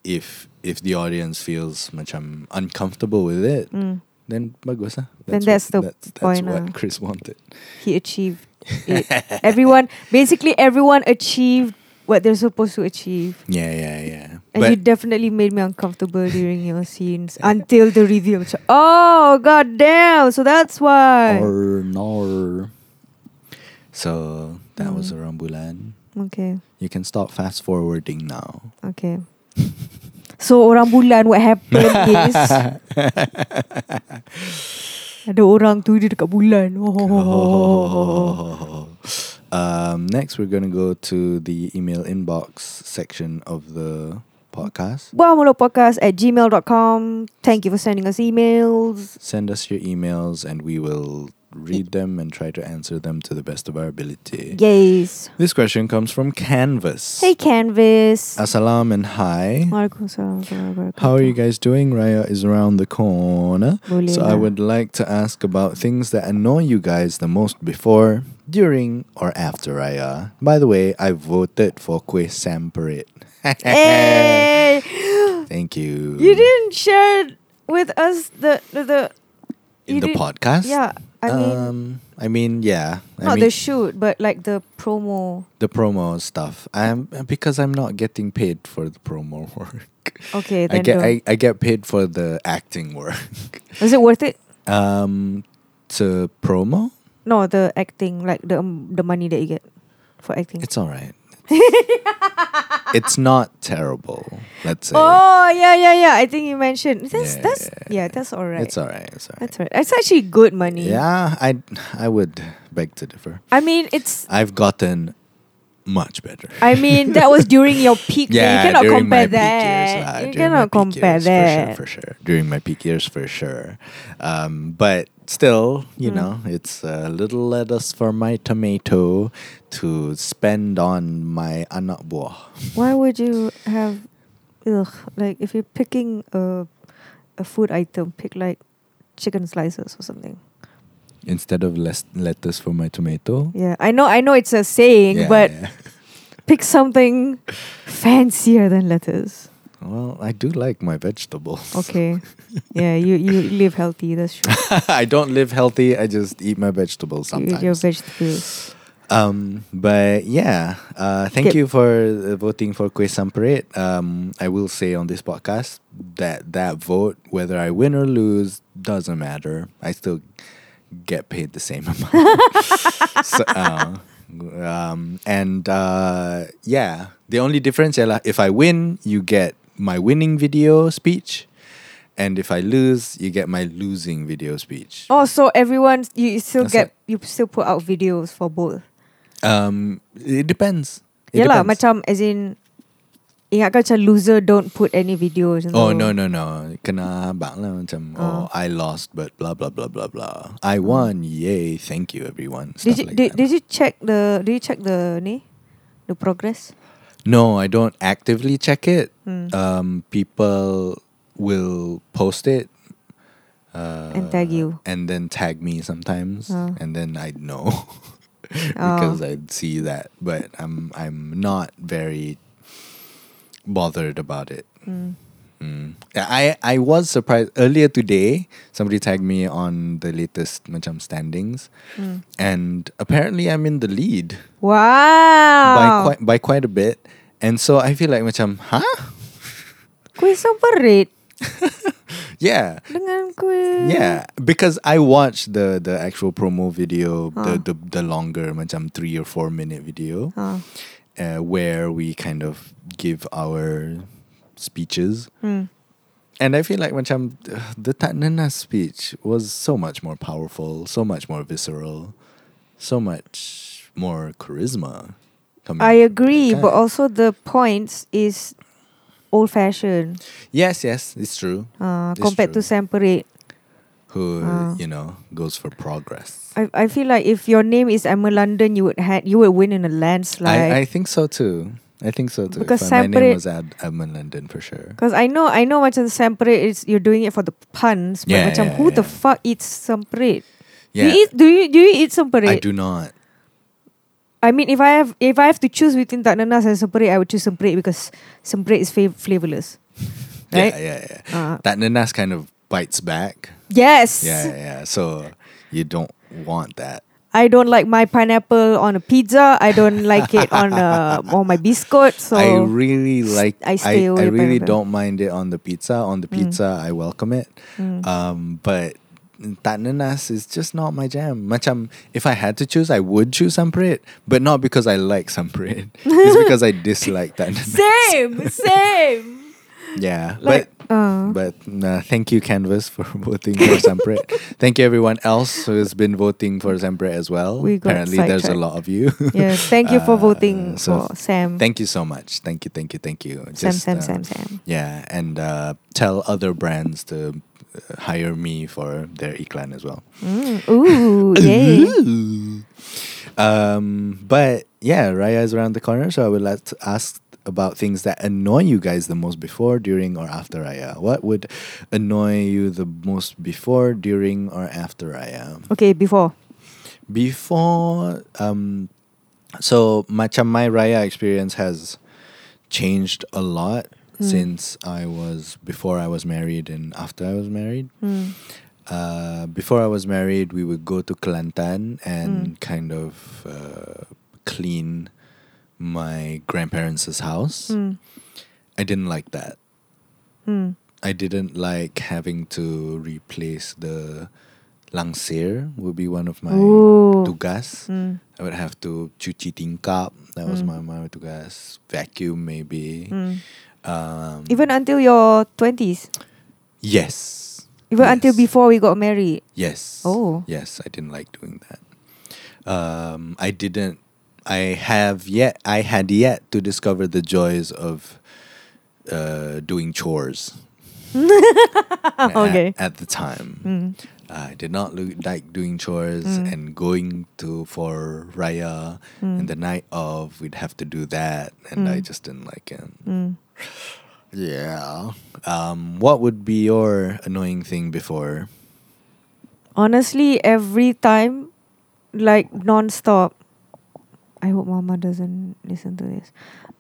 if if the audience feels macam uncomfortable with it, Mm. then bagus lah. Then what- that's the that's, that's point uh. what lah. Chris wanted. He achieved it. everyone basically everyone achieved what they're supposed to achieve. Yeah, yeah, yeah. And you definitely made me uncomfortable during your scenes until the reveal. Macam, Oh god damn! So that's why. or nor. So that was Mm. around Bulan. Okay, You can stop fast forwarding now. okay. So orang bulan what happened is ada orang tu dia dekat bulan. oh, Oh. Um, next, we're gonna go to the email inbox section of the podcast. Podcast at gmail.com. Thank you for sending us emails. Send us your emails, and we will read them and try to answer them to the best of our ability. Yes. This question comes from Canvas. Hey Canvas. Assalam and hi. Waalaikumsalam warahmatullahi wabarakatuh. How are you guys doing? Raya is around the corner. Boleh So I lah. would like to ask about things that annoy you guys the most before, during, or after Raya. By the way, I voted for Kue Samperit. Hey, Thank you. Eh. you didn't share with us the the, the in you the did- podcast? yeah. I mean, um, I mean, yeah. I not mean, the shoot, but like the promo. the promo stuff. I'm because I'm not getting paid for the promo work. Okay, I then get don't. I, I get paid for the acting work. was it worth it? Um, to promo, No, the acting, like the um, the money that you get for acting. it's all right. it's not terrible. Let's say oh yeah, yeah, yeah. I think you mentioned that's Yeah, that's yeah, yeah, that's all right. it's all right. It's all right. That's all right. It's actually good money. Yeah, I I would beg to differ. I mean, it's. I've gotten much better. I mean, that was during your peak. day. yeah, you cannot during compare my that. Peak years, lah, you during cannot my peak compare years, that. for sure, for sure. During my peak years, for sure. Um, but still, you Mm. know, it's a little lettuce for my tomato to spend on my uh, anak buah. Why would you have, ugh, like if you're picking a, a food item, pick like chicken slices or something. instead of less lettuce for my tomato. Yeah, I know, I know it's a Yeah, saying, but yeah. pick something fancier than lettuce. well, I do like my vegetables. Okay, yeah, you you live healthy. That's true. I don't live healthy. I just eat my vegetables You eat your sometimes. vegetables. um, but yeah, uh, thank Okay. you for uh, voting for Kue Samperit. Um, I will say on this podcast that that vote, whether I win or lose, doesn't matter. I still get paid the same amount. so, uh, um, and uh, yeah, the only difference ialah if I win, you get my winning video speech, and if I lose, you get my losing video speech. Oh, so everyone, you you still That's get you still put out videos for both. Um, it depends. It Yeah lah, depends. macam as in, ingatkan macam loser don't put any videos. Oh no no no! Kena habang lah macam oh Oh. I lost but blah blah blah blah blah. I won! Yay! Thank you everyone. Did Stuff you like did, that. did you check the did you check the ni the progress? No, I don't actively check it. Hmm. Um, people will post it uh, And tag you. and then tag me sometimes, Oh. and then I'd know because I'd see that. But I'm I'm not very bothered about it. Mm. Mm. I I was surprised earlier today. Somebody tagged me on the latest macam standings, Mm. and apparently I'm in the lead by Wow. quite by quite a bit. And so I feel like macam huh? Kuih semparit Yeah. dengan kuih. Yeah, because I watched the the actual promo video, Ah. the, the the longer macam 3 or 4 minute video Ah. uh, where we kind of give our speeches. Hmm. And I feel like macam uh, the Tatnana speech was so much more powerful, so much more visceral, so much more charisma. coming I agree, from the but guy. also the points is old fashioned yes, yes, it's true. uh, It's compared to true. separate. Who Ah. you know goes for progress? I I feel like if your name is Emma London, you would had you would win in a landslide. I, I think so too. I think so too. Because If I- my name separate- was Ad, Admin London for sure. Because I know, I know, macam samperit is you're doing it for the puns, but Yeah, macam yeah, who the yeah. fuck eats samperit? Do Yeah, you eat? Do you do you eat samperit? I do not. I mean, if I have if I have to choose between tak nanas and samperit, I would choose samperit because samperit is fav- flavorless. Right? Yeah, yeah, yeah. Uh, That nanas kind of bites back. yes. Yeah, yeah, yeah. So you don't want that. I don't like my pineapple on a pizza. I don't like it on a, on my biscuit. So I really like. I stay away I from Mm. really them. don't mind it on the pizza. On the pizza, I welcome it. Mm. Um, but tak nanas is just not my jam. Macam if I had to choose, I would choose samprit, but not because I like samprit. it's because I dislike that nanas. same, same. Yeah, Like, but uh, But uh, thank you, Canvas, for voting for Sampret. thank you, everyone else who has been voting for Sampret as well. We got Apparently, there's a sidetracked. lot of you. yeah, thank you for Uh, voting so for Sam. Thank you so much. Thank you, thank you, thank you. Sam, Just, Sam, uh, Sam, Sam. Yeah, and uh, tell other brands to uh, hire me for their e-clan as well. Mm, ooh, yay. Um, but yeah, Raya is around the corner, so I would like to ask about things that annoy you guys the most before, during, or after Raya. What would annoy you the most before, during, or after Raya? Okay, before. Before, um, so macam my Raya experience has changed a lot since I was before I was married and after I was married Mm. uh, before I was married, we would go to Kelantan Hmm. and kind of uh, clean my grandparents' house. Mm. I didn't like that. Mm. I didn't like having to replace the langsir would be one of my Ooh. tugas. Mm. I would have to cuci tingkap. That was Mm. my, my tugas. Vacuum maybe. Mm. Um, Even until your 20s. yes. Even until Yes. before we got married. Yes. Oh. Yes, I didn't like doing that. Um, I didn't. I have yet. I had yet to discover the joys of uh, doing chores. at- Okay. At, the time, Mm. I did not lo- like doing chores Mm. and going to for Raya and the night of. We'd have to do that, and I Mm. just didn't like it. Mm. Yeah. Um, what would be your annoying thing before? Honestly, every time, like non-stop. I hope Mama doesn't listen to this,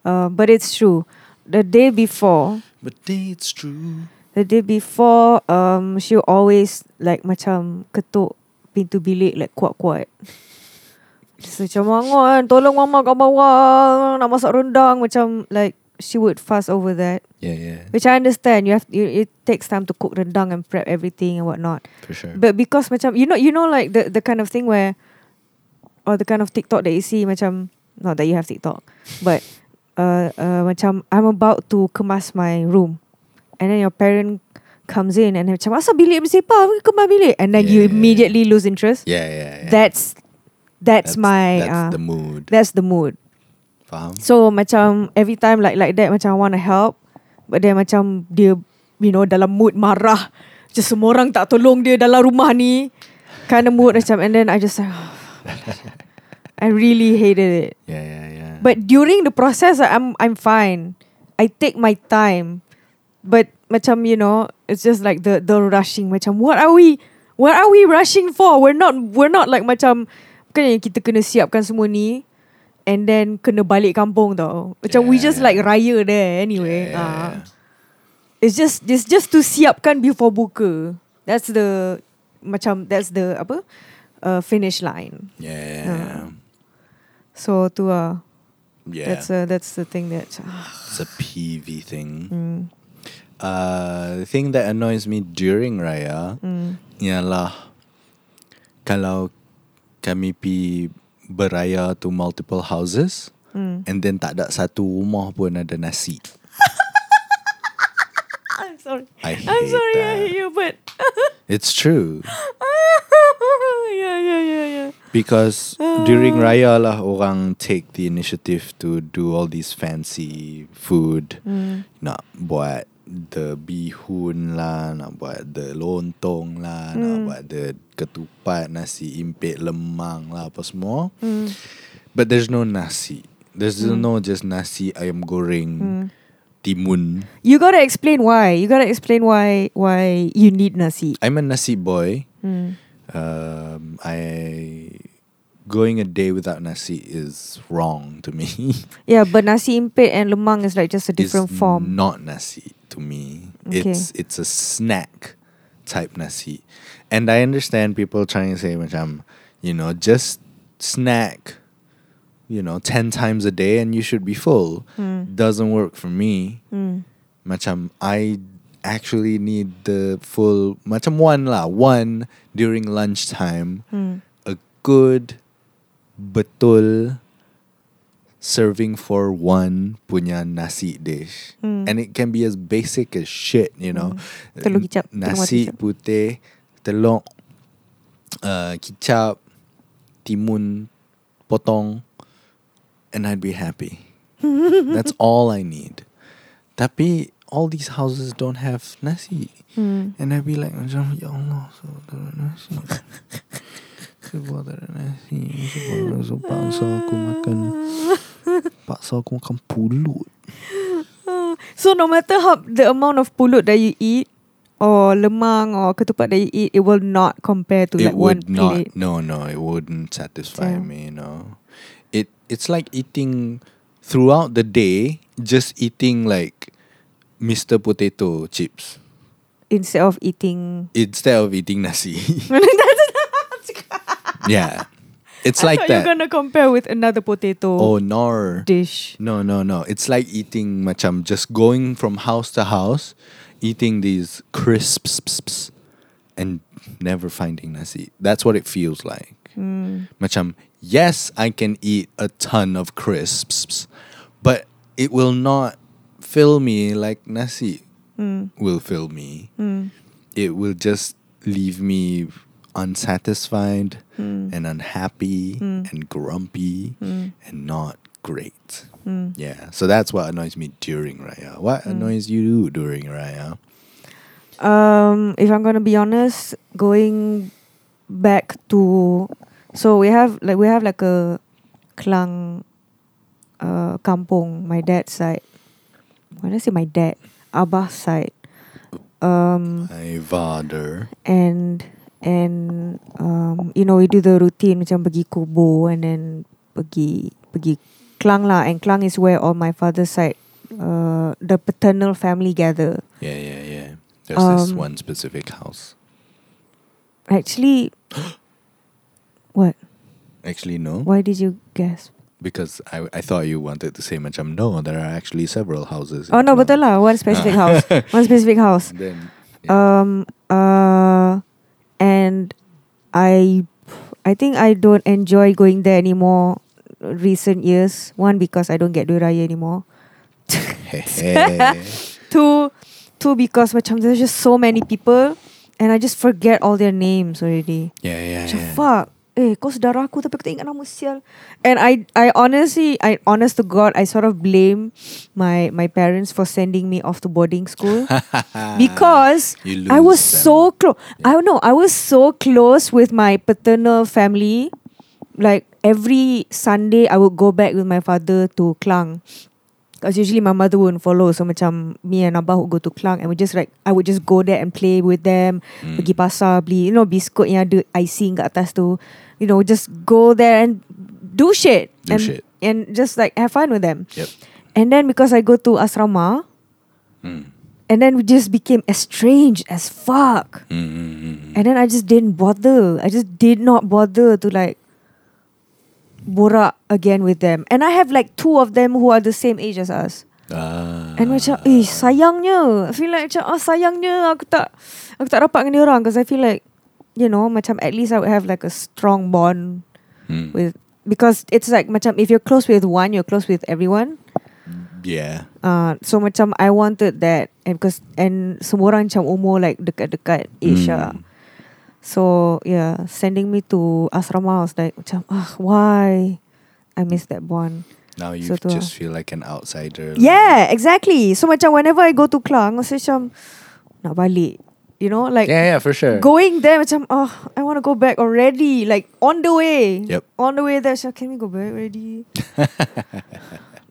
uh, but it's true. The day before, But it's true. the day before, um, she always like macam ketuk pintu bilik like kuat-kuat. Just macam mangon, tolong mama kat bawah nak masak rendang macam like she would fuss over that, Yeah, yeah, which I understand. You have you, it takes time to cook rendang and prep everything and whatnot. for sure. But because macam you know you know like the the kind of thing where or the kind of TikTok that you see macam not that you have TikTok but uh, uh macam I'm about to kemas my room and then your parent comes in and then macam asal bilik bersepah Pergi kemas bilik and then you Yeah. immediately lose interest. Yeah, yeah, yeah. That's that's, my that's uh, the mood. that's the mood. Faham? So macam every time like like that macam I want to help but then macam dia you know dalam mood marah macam semua orang tak tolong dia dalam rumah ni kind of mood macam and then I just like I really hated it. Yeah, yeah, yeah. But during the process I- I'm I'm fine. I take my time. But macam you know it's just like the the rushing macam what are we what are we rushing for? We're not we're not like macam kan yang kita kena siapkan semua ni and then kena balik kampung tau. Macam we just Yeah. like raya there anyway. Yeah, Ah. yeah, It's just it's just to siapkan before buka. That's the macam that's the apa? Uh, finish line. yeah. yeah, uh, yeah, yeah. So tu ah. Yeah. That's uh, that's the thing that ah. it's a PV thing. Mm. Uh, the thing that annoys me during Raya Mm. ialah kalau kami pi beraya to multiple houses Hmm. and then tak ada satu rumah pun ada nasi. I'm sorry. I I'm hate sorry I that. hate you, but It's true. yeah, yeah, yeah, yeah. Because during Raya lah orang take the initiative to do all these fancy food. Nak buat the bihun lah, nak buat the lontong lah, nak buat the ketupat, nasi impit, lemang lah apa semua. Mm. But there's no nasi. There's no just nasi ayam goreng, timun. You gotta explain why. You gotta explain why why you need nasi. I'm a nasi boy. Mm. Um, I going a day without nasi is wrong to me. Yeah, but nasi impit and lemang is like just a It's different form. Not nasi to me. Okay. It's it's a snack type nasi, and I understand people trying to say, "Macam, you know, just snack, you know, 10 times a day and you should be full. Mm. Doesn't work for me. Mm. Macam I actually need the full macam one lah, one during lunchtime. Mm. A good betul serving for one punya nasi dish. Mm. And it can be as basic as shit, you know. Mm. Telur kicap, telur mata Nasi kicap. putih, telur uh, kicap, timun potong and I'd be happy. That's all I need. Tapi all these houses don't have nasi. Mm. And I'd be like, macam, ya Allah, saudara nasi. Saudara nasi. Saudara so paksa aku makan. Paksa aku makan pulut. So no matter how the amount of pulut that you eat or lemang or ketupat that you eat, it will not compare to it that one would not. plate. No, no, it wouldn't satisfy Yeah. me. You know, it it's like eating throughout the day, just eating like Mr. Potato chips Instead of eating, instead of eating nasi. yeah, it's I like thought that. you're gonna compare with another potato oh no. dish. No, no, no. It's like eating macam just going from house to house, eating these crisps ps- ps- and never finding nasi. That's what it feels like. Macam yes, I can eat a ton of crisps, but it will not fill me like nasi will fill me. It will just leave me unsatisfied and unhappy and grumpy and not great. Hmm. Yeah, so that's what annoys me during Raya. What annoys you during Raya? Um, if I'm gonna be honest, going back to so we have like we have like a klang uh kampung, my dad's side. When I say my dad, Abah's side. Um My father. and and um you know we do the routine macam pergi kubur and then pergi pergi klang lah and klang is where all my father's side uh the paternal family gather. Yeah, yeah, yeah. There's this Um, one specific house. Actually what? Actually, no. Why did you guess? Because I, I thought you wanted to say macam no. There are actually several houses. Oh in no, Klang. betul lah. One specific house. One specific house. Then Um uh and I I think I don't enjoy going there anymore recent years. One because I don't get duit raya anymore. Two two because macam there's just so many people and I just forget all their names already. yeah, yeah, Macam yeah. fuck Eh kau saudara aku Tapi aku tak ingat nama sial And I I honestly I honest to God I sort of blame My my parents For sending me off to boarding school Because Ah, You I was lose them. so close I don't know I was so close With my paternal family Like every Sunday I would go back with my father To Klang Because usually my mother wouldn't follow So macam Me and Abah would go to Klang And we just like I would just go there and play with them Mm. Pergi pasar beli You know biskut yang ada Icing kat atas tu You know just go there and Do shit Do and, shit. And just like have fun with them Yep. And then because I go to asrama Mm. And then we just became estranged as fuck Mm, mm, mm, mm. And then I just didn't bother. I just did not bother to like borak again with them. And I have like two of them who are the same age as us. Ah. And macam, eh sayangnya. I feel like macam, ah sayangnya aku tak, aku tak rapat dengan orang. Because I feel like, you know, macam at least I would have like a strong bond Mm. with, because it's like macam if you're close with one, you're close with everyone. yeah. Uh, so macam I wanted that and because and semua orang macam umur like dekat-dekat age lah. Mm. So yeah, sending me to asrama I was like, macam, ah, why? I miss that bond. Now you So tu just lah. feel like an outsider. like- Yeah, exactly. So macam whenever I go to Klang, I was macam nak balik. You know, like Yeah, yeah, for sure. going there macam, oh, I want to go back already. Like on the way. Yep. On the way there, macam, can we go back already?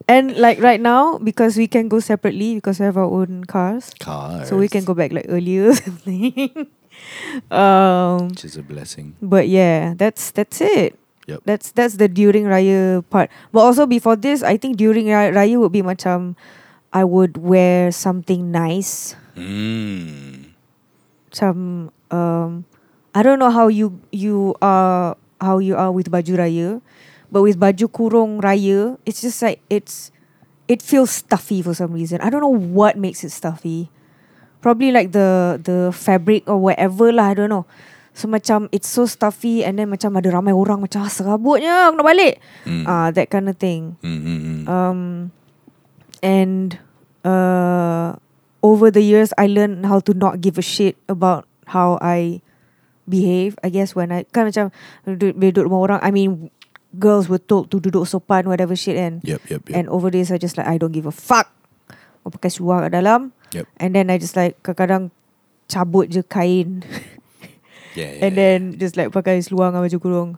and like right now, because we can go separately because we have our own cars, Cars. so we can go back like earlier. or something. um, Which is a blessing. But yeah, that's that's it. Yep. That's that's the during raya part. But also before this, I think during Ra- raya would be macam I would wear something nice. Mm. Some um I don't know how you you are how you are with baju raya, but with baju kurung raya, it's just like it's it feels stuffy for some reason. I don't know what makes it stuffy. Probably like the the fabric or whatever lah. I don't know. So macam it's so stuffy and then macam ada ramai orang macam ah, serabutnya aku nak balik. Mm. Ah that kind of thing. Mm, mm, mm. Um, and uh, over the years, I learned how to not give a shit about how I behave. I guess when I kan macam duduk, bila duduk rumah orang, I mean, girls were told to duduk sopan whatever shit and yep, yep, yep. and over this, I just like I don't give a fuck. Aku pakai seluar kat dalam. Yep. And then I just like kadang-kadang cabut je kain yeah, yeah, and then just like pakai seluar dengan baju kurung.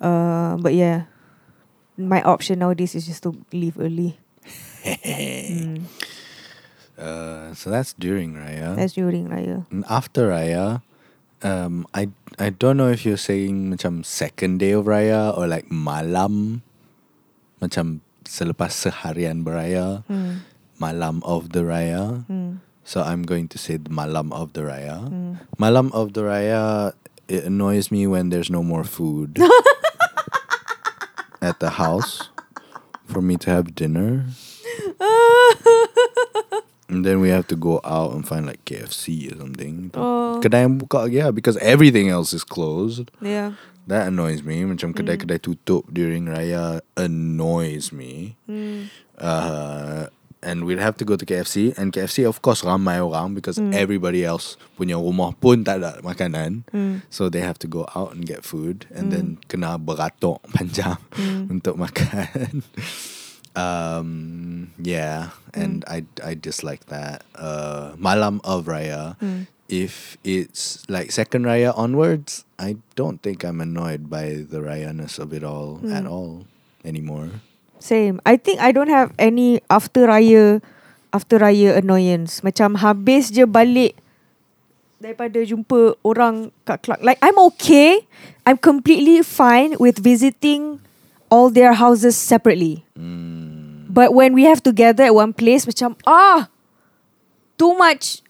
Uh, but yeah, my option nowadays is just to leave early. Eh, yeah. Mm, Uh, so that's during Raya. that's during raya. And after Raya, um, I I don't know if you're saying macam second day of Raya or like malam, macam selepas seharian beraya, Hmm. malam of the Raya. Hmm. So I'm going to say the malam of the Raya. Hmm. Malam of the Raya. It annoys me when there's no more food at the house for me to have dinner. And then we have to go out and find like KFC or something. Oh. Kedai yang buka lagi lah because everything else is closed. Yeah. That annoys me. Macam kedai-kedai tutup during Raya annoys me. Hmm. Uh, and we'd have to go to KFC. And KFC of course ramai orang because everybody else punya rumah pun tak ada makanan. Hmm. So they have to go out and get food and then kena beratok panjang untuk makan. um, yeah, and I I dislike that. Uh, malam of raya. Hmm. If it's like second raya onwards, I don't think I'm annoyed by the rayaness of it all at all anymore. Same. I think I don't have any after raya after raya annoyance. Macam habis je balik daripada jumpa orang kat Clark. Like I'm okay. I'm completely fine with visiting all their houses separately. Hmm. But when we have to gather at one place macam ah too much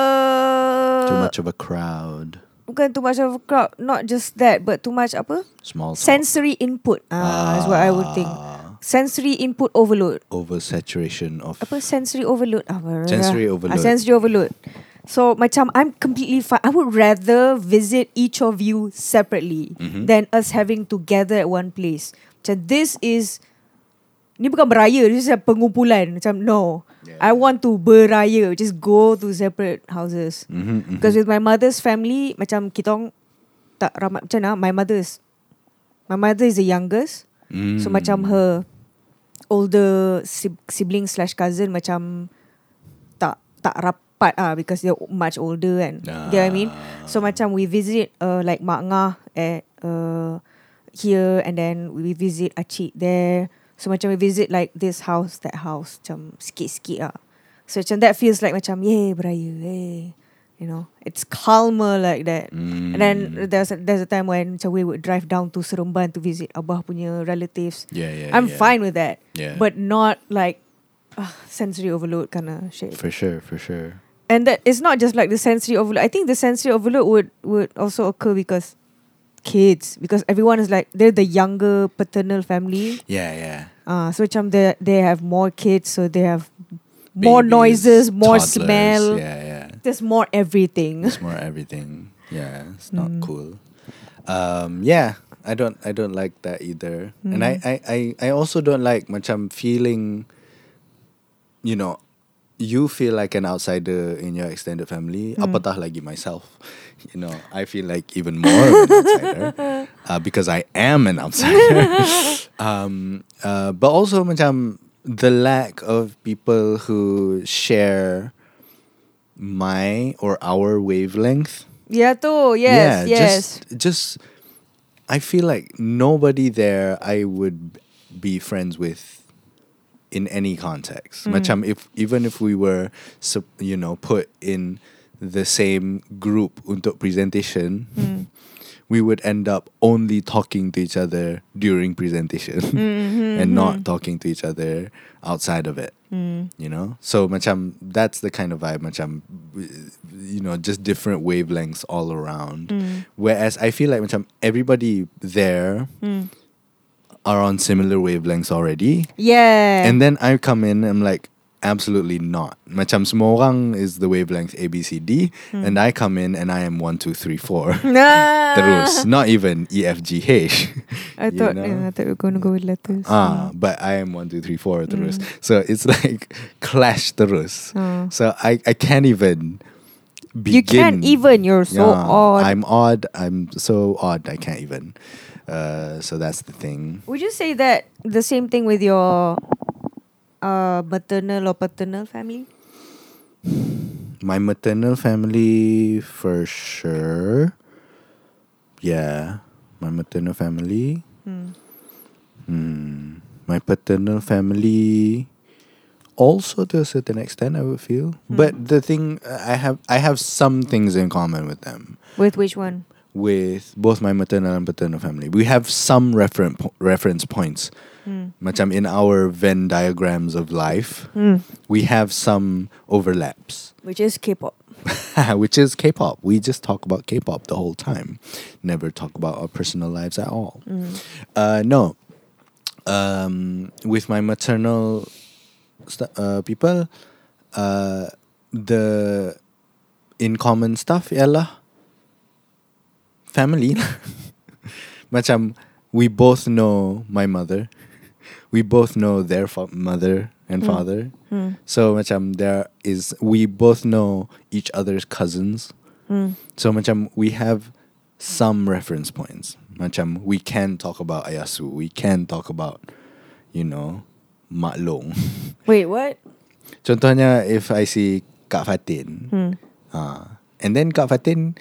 uh, Too much of a crowd, bukan too much of a crowd not just that but too much apa small talk, sensory input ah, is what I would think Ah. sensory input overload oversaturation of apa sensory overload apa Sensory ah, overload. sensory overload so macam I'm completely fine I would rather visit each of you separately Mm-hmm. than us having to gather at one place macam this is ni bukan beraya this is a pengumpulan macam no Yeah. I want to beraya just go to separate houses Mhm, mhm. because with my mother's family macam kita orang tak ramai macam mana ah, my mother's my mother is the youngest So Mm. macam her older sib- sibling slash cousin macam tak tak rapat ah because they're much older and you get what I mean. Ah. So macam we visit uh, like Mak Ngah at uh, here and then we visit Acik there. So macam we visit like this house that house macam sikit-sikit ah. So macam that feels like macam yeah beraya eh. You know, it's calmer like that. Mm. And then there's a, there's a time when macam we would drive down to Seremban to visit abah punya relatives. yeah, yeah, I'm yeah. fine with that. Yeah. But not like uh, sensory overload kind of shit. for sure, for sure. And that it's not just like the sensory overload. I think the sensory overload would would also occur because kids because everyone is like they're the younger paternal family. Yeah, yeah. Uh, so macam they they have more kids so they have more Babies, noises, more toddlers, smell. Yeah, yeah. There's more everything. It's more everything. Yeah, it's not cool. Um, yeah, I don't, I don't like that either. And I, I, I, I also don't like macam feeling. You know, you feel like an outsider in your extended family. Apatah lagi myself. You know, I feel like even more of an outsider uh, because I am an outsider. um, uh, but also macam the lack of people who share my or our wavelength. Yeah, too. Yes, yes. Just, just, I feel like nobody there I would be friends with in any context. Mm. Macam if even if we were, sup- you Mm. know, put in the same group untuk presentation, we would end up only talking to each other during presentation Mm-hmm. and not talking to each other outside of it. Mm. You know, so macam that's the kind of vibe macam, you know, just different wavelengths all around. Mm. Whereas I feel like macam everybody there Mm. are on similar wavelengths already. Yeah. And then I come in, I'm like, absolutely not. Macam semua orang is the wavelength A, B, C, D. Hmm. And I come in and I am one, two, three, four. Nah. Terus. Not even E, F, G, H. Ah. I you thought know? yeah, I thought we were going to go with letters. Ah, but I am one, two, three, four. Hmm. Terus. So it's like clash terus. Ah. So I, I can't even begin. You can't even. You're so Yeah, odd. I'm odd. I'm so odd. I can't even. Uh, so that's the thing. Would you say that the same thing with your uh, maternal or paternal family? My maternal family, for sure. Yeah, my maternal family. Hmm. Hmm. My paternal family, also to a certain extent, I would feel. Hmm. But the thing uh, I have, I have some things in common with them. With which one? With both my maternal and paternal family, we have some reference po- reference points. Hmm. Macam in our Venn diagrams of life, Hmm. we have some overlaps. Which is K-pop. which is K-pop. We just talk about K-pop the whole time, never talk about our personal lives at all. Uh, no, um, with my maternal st- uh, people, uh, the in common stuff ialah family. Macam we both know my mother. We both know their fa- mother and father. Hmm. So macam there is we both know each other's cousins. Hmm. So macam we have some reference points. Macam we can talk about Ayasu. We can talk about you know Mak Long. Wait, what? Contohnya if I see Kak Fatin. Hmm. Uh, and then Kak Fatin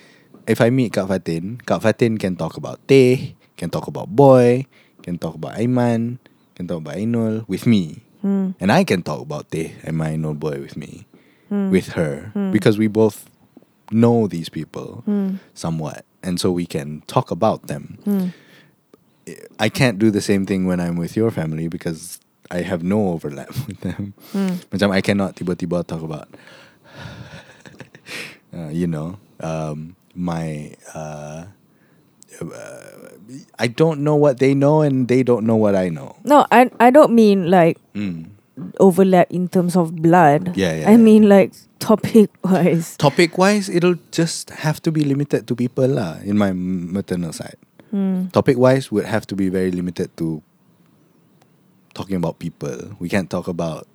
if I meet Kak Fatin, Kak Fatin can talk about Teh, can talk about Boy, can talk about Aiman, can talk about Ainul with me. Hmm. And I can talk about Teh and my Ainul boy with me Hmm. with her Hmm. because we both know these people Hmm. somewhat and so we can talk about them Hmm. i can't do the same thing when i'm with your family because i have no overlap with them Hmm. Macam i cannot tiba-tiba talk about uh, you know um, my uh, uh, i don't know what they know and they don't know what i know No, I I don't mean like Mm. overlap in terms of blood. Yeah, yeah, I yeah. mean like topic wise. topic wise it'll just have to be limited to people lah in my m- maternal side Hmm. topic wise would have to be very limited to talking about people. We can't talk about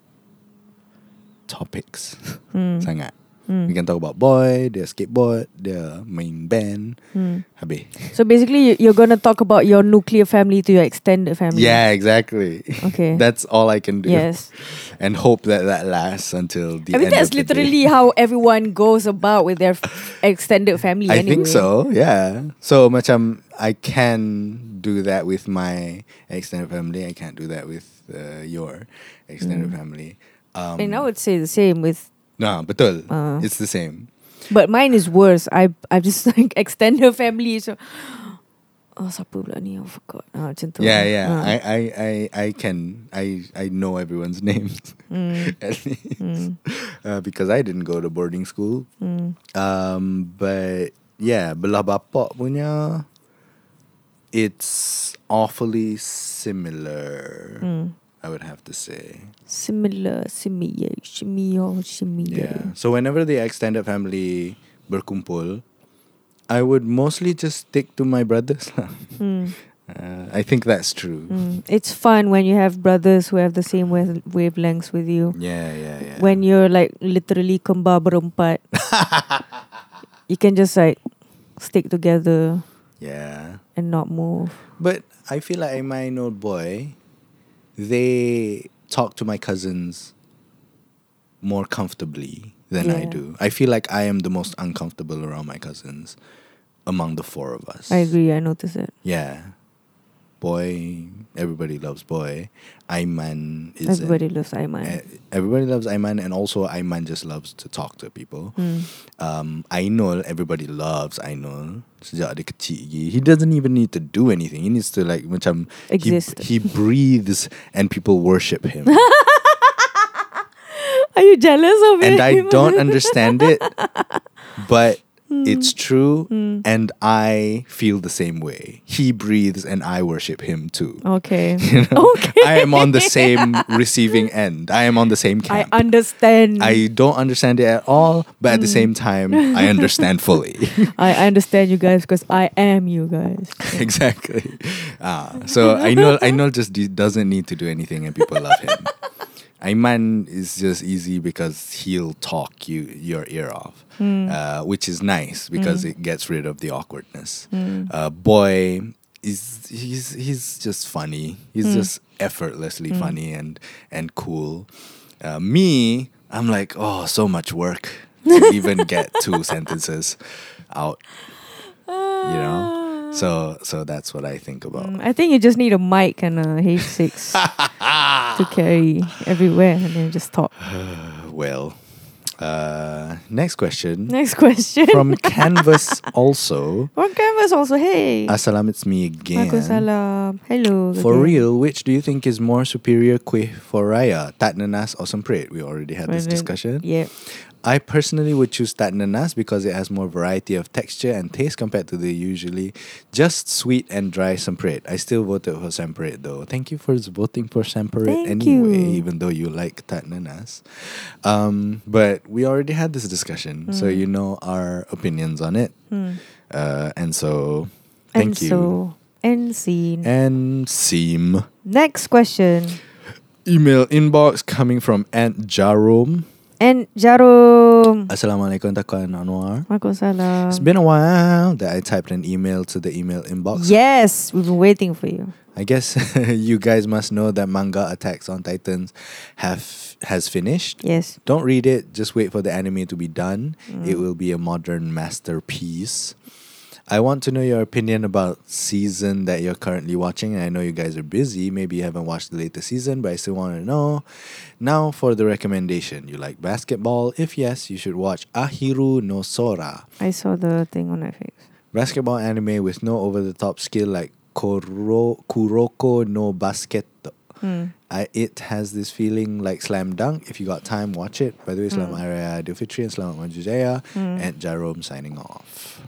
topics. Hmm. Sangat. Hmm. We can talk about boy, their skateboard, their main band. Hmm. Habis. So basically, you- you're gonna talk about your nuclear family to your extended family. Yeah, exactly. Okay. that's all I can do. Yes. And hope that that lasts until I the mean end that's of the day. literally how everyone goes about with their f- extended family. I anyway. think so. Yeah. So much I can do that with my extended family. I can't do that with uh, your extended family. Um, And I would say the same with, Nah, betul. Ah. It's the same. but mine is worse. I I just like extended family. So, oh, siapa pula ni? I forgot. Ah, macam tu. Yeah, yeah. Ah. I, I, I, I can. I, I know everyone's names Mm. at least Mm. uh, because I didn't go to boarding school. Mm. Um, but yeah, belah bapak punya, it's awfully similar. Mm. I would have to say. Similar, similar, similar, similar. Yeah. So whenever the extended family berkumpul, I would mostly just stick to my brothers. lah. Mm. Hmm, uh, I think that's true. Mm. It's fun when you have brothers who have the same wave- wavelengths with you. Yeah, yeah, yeah. When you're like literally kembar berempat, you can just like stick together yeah. and not move. But I feel like in my old boy, they talk to my cousins more comfortably than I Yeah. do. I feel like I am the most uncomfortable around my cousins among the four of us. I agree. I noticed it. Yeah. Boy Everybody Loves Boy. Aiman is an- Everybody loves Aiman. eh, everybody loves Aiman, and also Aiman just loves to talk to people. Mm. Um, Ainul, everybody loves Ainul. Sejak dia kecil lagi. He doesn't even need to do anything. He needs to like macam Exist. He, he breathes and people worship him. Are you jealous of him? and I don't understand it, but Hmm. it's true. And I feel the same way. He breathes and I worship him too. Okay. You know? Okay. I am on the same receiving end. I am on the same I camp. understand. I don't understand it at all, but at the same Hmm. time, I understand fully. I understand you guys because I am you guys. exactly. Uh, so I know I know just d- doesn't need to do anything, and people love him. Aiman is just easy because he'll talk you your ear off, uh, which is nice because it gets rid of the awkwardness. Uh, boy is he's he's just funny. He's just effortlessly funny and and cool. Uh, me, I'm like oh, so much work to even get two sentences out. You know, so so that's what I think about. Mm, I think you just need a mic and a H6 to carry everywhere and then just talk. Well, uh, next question Next question. from Canvas also. One canvas also. Hey. Assalam, it's me again. Waalaikumsalam. Hello. Ah, For again. real, which do you think is more superior kuih for raya? Tat nanas or semprit? We already had this Whether- discussion. Yep. I personally would choose tat nanas because it has more variety of texture and taste compared to the usually just sweet and dry semprit. I still voted for semprit though. Thank you for voting for semprit Thank anyway, you. even though you like tat nanas. Um, but we already had this discussion, so Mm. you know our opinions on it. Uh, and so, thank Hmm. and you. so, and scene. and seam Next question. email inbox coming from Aunt Jarom. And Jarum. Assalamualaikum Takan Anwar. It's Waalaikumsalam. been a while that I typed an email to the email inbox. Yes, we've been waiting for you. I guess you guys must know that manga Attacks on Titans have has finished. Yes. Don't read it. Just wait for the anime to be done. It will be a modern masterpiece. I want to know your opinion about season that you're currently watching. And I know you guys are busy. Maybe you haven't watched the latest season, but I still want to know. Now for the recommendation. You like basketball? If yes, you should watch Ahiru no Sora. I saw the thing on Netflix. Basketball anime with no over the top skill like Koro- Kuroko no Basket. Hmm. I, it has this feeling like slam dunk. If you got time, watch it. By the way, Selamat Hari Raya Idul Fitri and Selamat Maju Jaya. And Jerome signing off.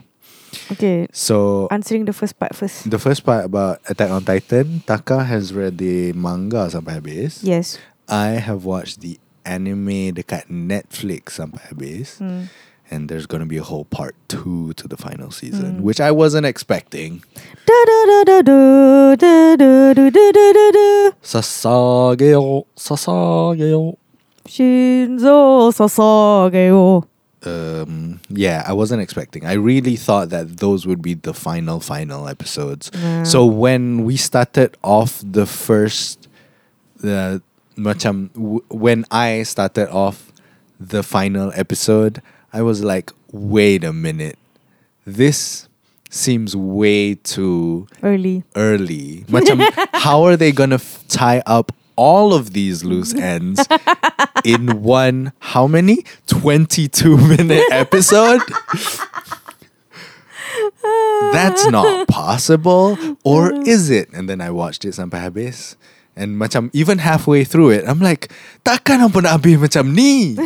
Okay. So Answering the first part first. the first part about Attack on Titan, Taka has read the manga sampai habis. Yes. I have watched the anime dekat Netflix sampai habis. Hmm. And there's going to be a whole part two to the final season, which I wasn't expecting. Da da da da da da da da da da da da. Sasageo, Sasageo. Shinzo Sasageo. um yeah i wasn't expecting i really thought that those would be the final final episodes Yeah. so when we started off the first the macam w- when i started off the final episode i was like wait a minute this seems way too Early. early macam how are they going to f- tie up all of these loose ends in one how many 22 minute episode that's not possible or is it and then i watched it sampai habis and macam even halfway through it i'm like takkan aku nak habis macam ni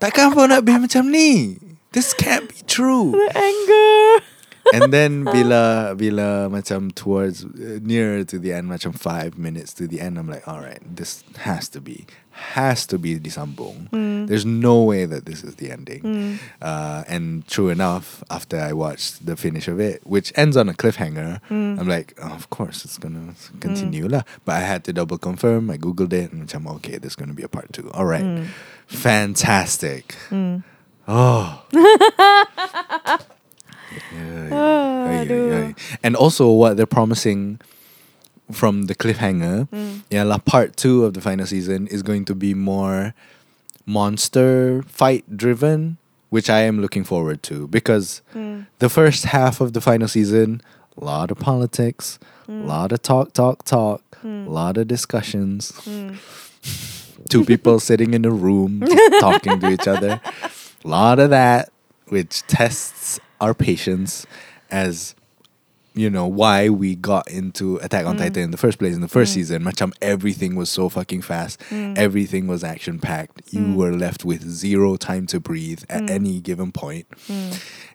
takkan aku nak habis macam ni this can't be true Anger. and then bila bila macam towards uh, nearer to the end macam five minutes to the end I'm like all right this has to be has to be disambung there's no way that this is the ending uh, and true enough after I watched the finish of it which ends on a cliffhanger I'm like oh, of course it's gonna continue lah but I had to double confirm I googled it and I'm okay there's gonna be a part two all right fantastic oh yeah, yeah, yeah, yeah, yeah. And also, what they're promising from the cliffhanger, yeah, la part two of the final season is going to be more monster fight driven, which I am looking forward to because the first half of the final season, a lot of politics, lot of talk, talk, talk, lot of discussions. Two people sitting in a room just talking to each other. lot of that, which tests our patience as you know why we got into Attack on Titan in the first place in the first season. Macam everything was so fucking fast, everything was action packed. You were left with zero time to breathe at any given point.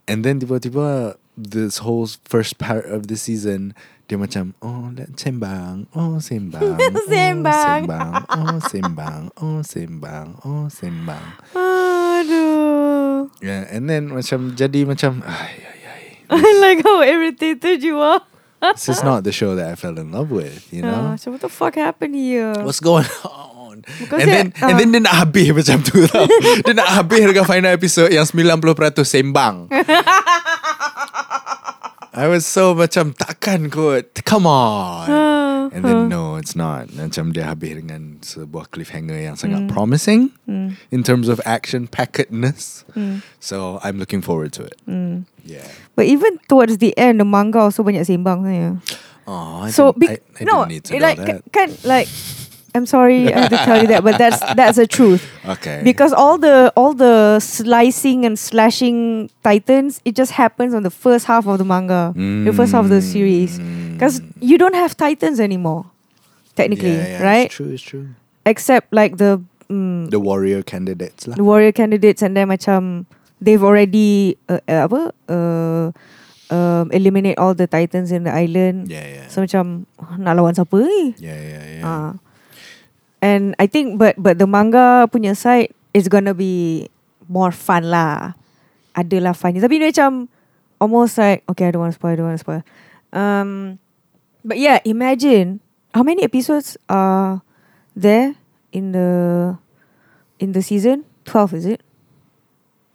And then tiba-tiba this whole first part of the season dia macam oh let sembang oh sembang oh, Sembang. sembang oh sembang oh sembang oh sembang Aduh. yeah and then macam jadi macam ay ay ay I like how irritated you are. this is not the show that I fell in love with you Ah, know so what the fuck happened here? What's going on? Because and then dia- and ah. then dia nak habis macam tu tau. dia nak habis dengan final episode yang 90% sembang. I was so macam takkan kot. Come on. Ah, And then no, it's not. Macam dia habis dengan sebuah cliffhanger yang Hmm. sangat promising in terms of action packedness. Hmm. So I'm looking forward to it. Yeah. But even towards the end, the manga also banyak sembang saya. Oh, I, so didn't, bec- I, I no, didn't need to like know ca- that. can like I'm sorry I have to tell you that, but that's that's the truth. Okay. Because all the all the slicing and slashing titans, it just happens on the first half of the manga, the first half of Mm. Hmm. the series. Because you don't have titans anymore, technically, yeah, yeah, right? It's true, it's true. Except like the mm, The warrior candidates lah. the warrior candidates and then macam they've already uh, uh, apa uh, um, eliminate all the titans in the island. Yeah, yeah. So macam nak lawan siapa ni? yeah, yeah, yeah. Ah. and I think but but the manga punya side is gonna be more fun lah. Adalah fun. Tapi dia macam almost like okay, I don't want to spoil, I don't want to spoil. Um but yeah, imagine how many episodes are there in the in the season? 12 is it?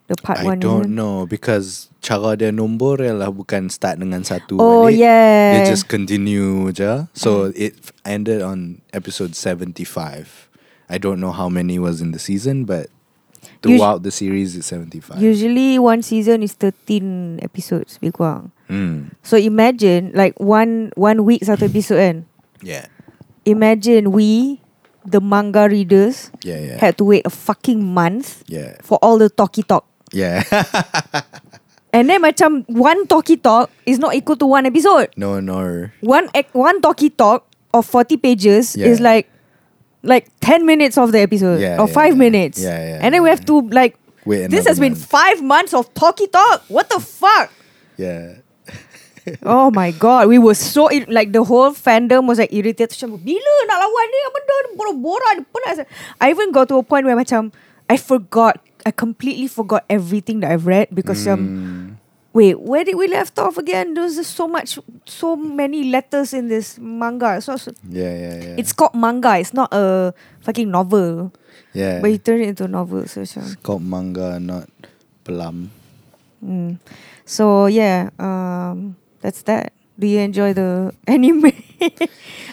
The part I 1 don't season? know because cara dia nombor ialah bukan start dengan satu Oh balik. yeah. Hmm. They just continue je. So it f- ended on episode 75. I don't know how many was in the season but Usu- throughout the series it's 75. Usually one season is 13 episodes lebih kurang. Mm. So imagine like one one week satu episode kan. Yeah. Imagine we the manga readers Yeah, yeah. had to wait a fucking month yeah. for all the talkie talk. Yeah. And then macam one talkie talk is not equal to one episode. no, no. One ec- one talkie talk of 40 pages Yeah. is like like 10 minutes of the episode Yeah, or yeah, yeah. 5 minutes. Yeah, yeah, and then we yeah. have to like Wait this has another been month. 5 months of talkie talk. What the fuck? Yeah. Oh my god, we were so ir- like the whole fandom was like irritated. Macam, Bila nak lawan ni? Apa dah ni borak-borak ni penat. saya." I even got to a point where macam I forgot, I completely forgot everything that I've read Hmm. because Mm. um, wait, where did we left off again? There's just so much, so many letters in this manga. So, so- Yeah, yeah, yeah. it's called manga. It's not a fucking novel, yeah. but you turn it into a novel. So, macam- it's called manga not plum. Mm. So yeah, um, that's that. Do you enjoy the anime?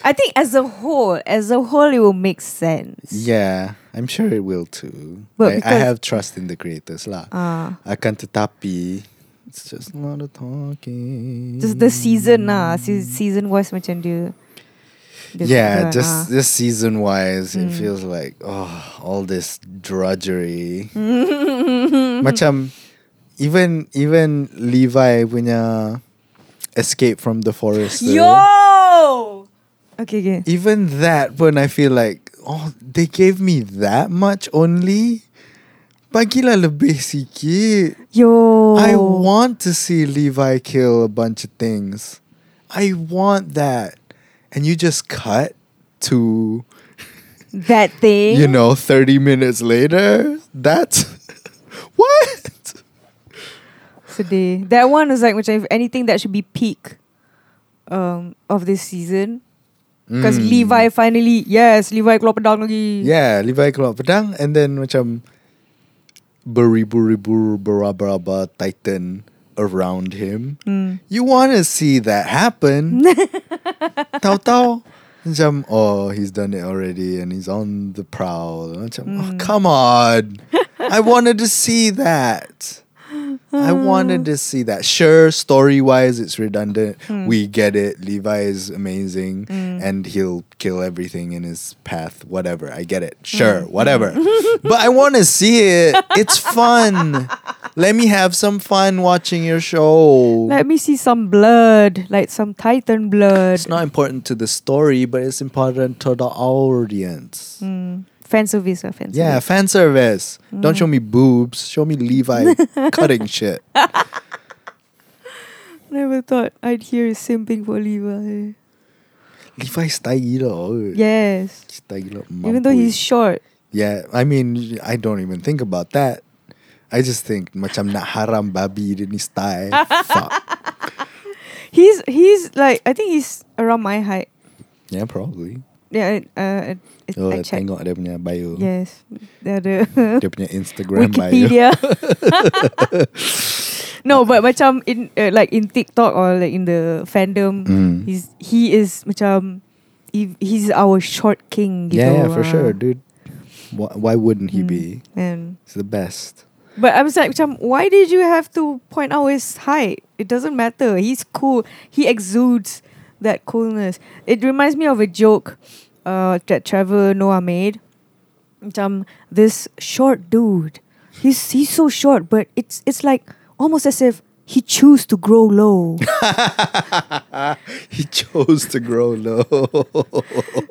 I think as a whole, as a whole, it will make sense. Yeah, I'm sure it will too. I, But I because- have trust in the creators lah. Ah. Akan tetapi, it's just a lot of talking. Just the season lah, se- season wise macam dia. dia- yeah, dia- just ah. Hmm. this season wise, it feels like oh, all this drudgery. Macam even even Levi punya escape from the forest. tu, Yo. Okay, okay. Even that pun I feel like oh they gave me that much only. Bagilah lebih sikit. Yo. I want to see Levi kill a bunch of things. I want that. And you just cut to, that thing. you know, 30 minutes later? That's. what? Sedih. That one is like macam if anything that should be peak um of this season. Because Mm. Levi finally yes, Levi keluar pedang lagi. Yeah, Levi keluar pedang and then macam beribu-ribu beraba-raba titan around him. You want to see that happen. Tahu-tahu macam oh he's done it already and he's on the prowl. Macam oh, come on. I wanted to see that. I wanted to see that. Sure, story wise, it's redundant. We get it. Levi is amazing and he'll kill everything in his path. Whatever. I get it. Sure, whatever. but I want to see it. It's fun. Let me have some fun watching your show. Let me see some blood, like some Titan blood. it's not important to the story, but it's important to the audience. Mm. Fan service, uh, fan Yeah, service. fan service. Don't show me boobs. Show me Levi cutting shit. Never thought I'd hear simping for Levi. eh. Levi's tahi gila. Yes. He's tahi gila Even though mampus. he's short. Yeah, I mean, I don't even think about that. I just think macam nak haram babi dia ni style. Fuck. He's he's like I think he's around my height. Yeah, probably. Yeah, I- uh, it, Oh, I I checked. tengok dia punya bio. Yes, the the Dia punya Instagram bio. Wikipedia. no, but macam in uh, like in TikTok or like in the fandom, Mm. he's he is macam he, he's our short king. gitu, Mm. Yeah, yeah, for ah. sure, dude. Why, why wouldn't he be? And He's the best. but I was like, macam, why did you have to point out his height? It doesn't matter. He's cool. He exudes that coolness. It reminds me of a joke uh, that Trevor Noah made. Macam, this short dude. He's he's so short, but it's it's like almost as if he chose to grow low. he chose to grow low.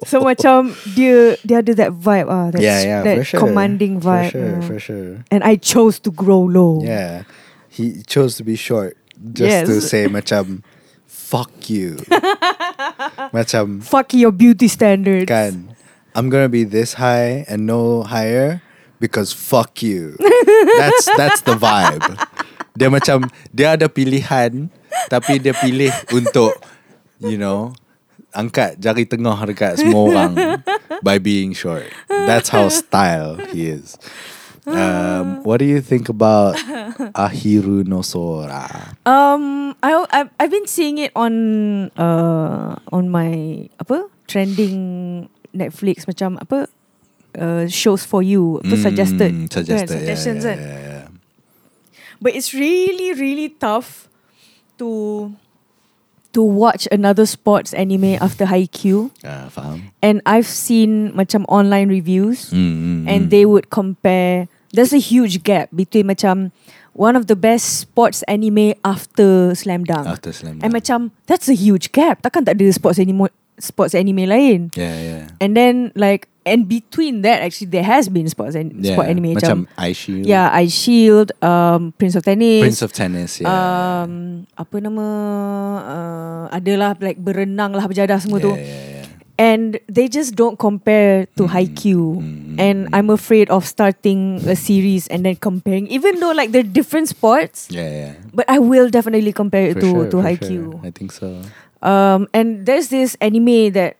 so macam dia dia ada that vibe ah, that, yeah, s- yeah, that for sure. commanding For vibe. sure, ah. for sure. And I chose to grow low. Yeah. He chose to be short just to Yes. say macam fuck you. macam Fuck your beauty standards. kan I'm gonna be this high and no higher because fuck you. that's that's the vibe. Dia macam dia ada pilihan tapi dia pilih untuk you know angkat jari tengah dekat semua orang by being short. That's how style he is. Um, what do you think about Ahiru Nosora? Um, I I've, I've been seeing it on uh on my apa trending Netflix macam apa uh, shows for you apa suggested Mm, Kan, suggested. Yeah, suggestions yeah, kan. yeah, yeah. But it's really really tough to to watch another sports anime after Haikyuu Ah, faham. and I've seen macam online reviews Mm, mm, and mm. they would compare. There's a huge gap between macam one of the best sports anime after Slam Dunk. hmm. after Slam And Dunk. macam That's a huge gap Takkan tak ada sports anime Sports anime lain Yeah, yeah. And then like And between that Actually there has been Sports, an- yeah. sport anime Macam Aishield. Yeah I Shield um, Prince of Tennis Prince of Tennis, yeah. um, Apa nama uh, Adalah like Berenang lah Berjadah semua yeah, Hmm. tu yeah, yeah. And they just don't compare to Haikyuu. mm, And I'm afraid of starting a series and then comparing, even though like they're different sports. Yeah, yeah. But I will definitely compare it For to sure, to for Haikyuu. sure. I think so. Um, and there's this anime that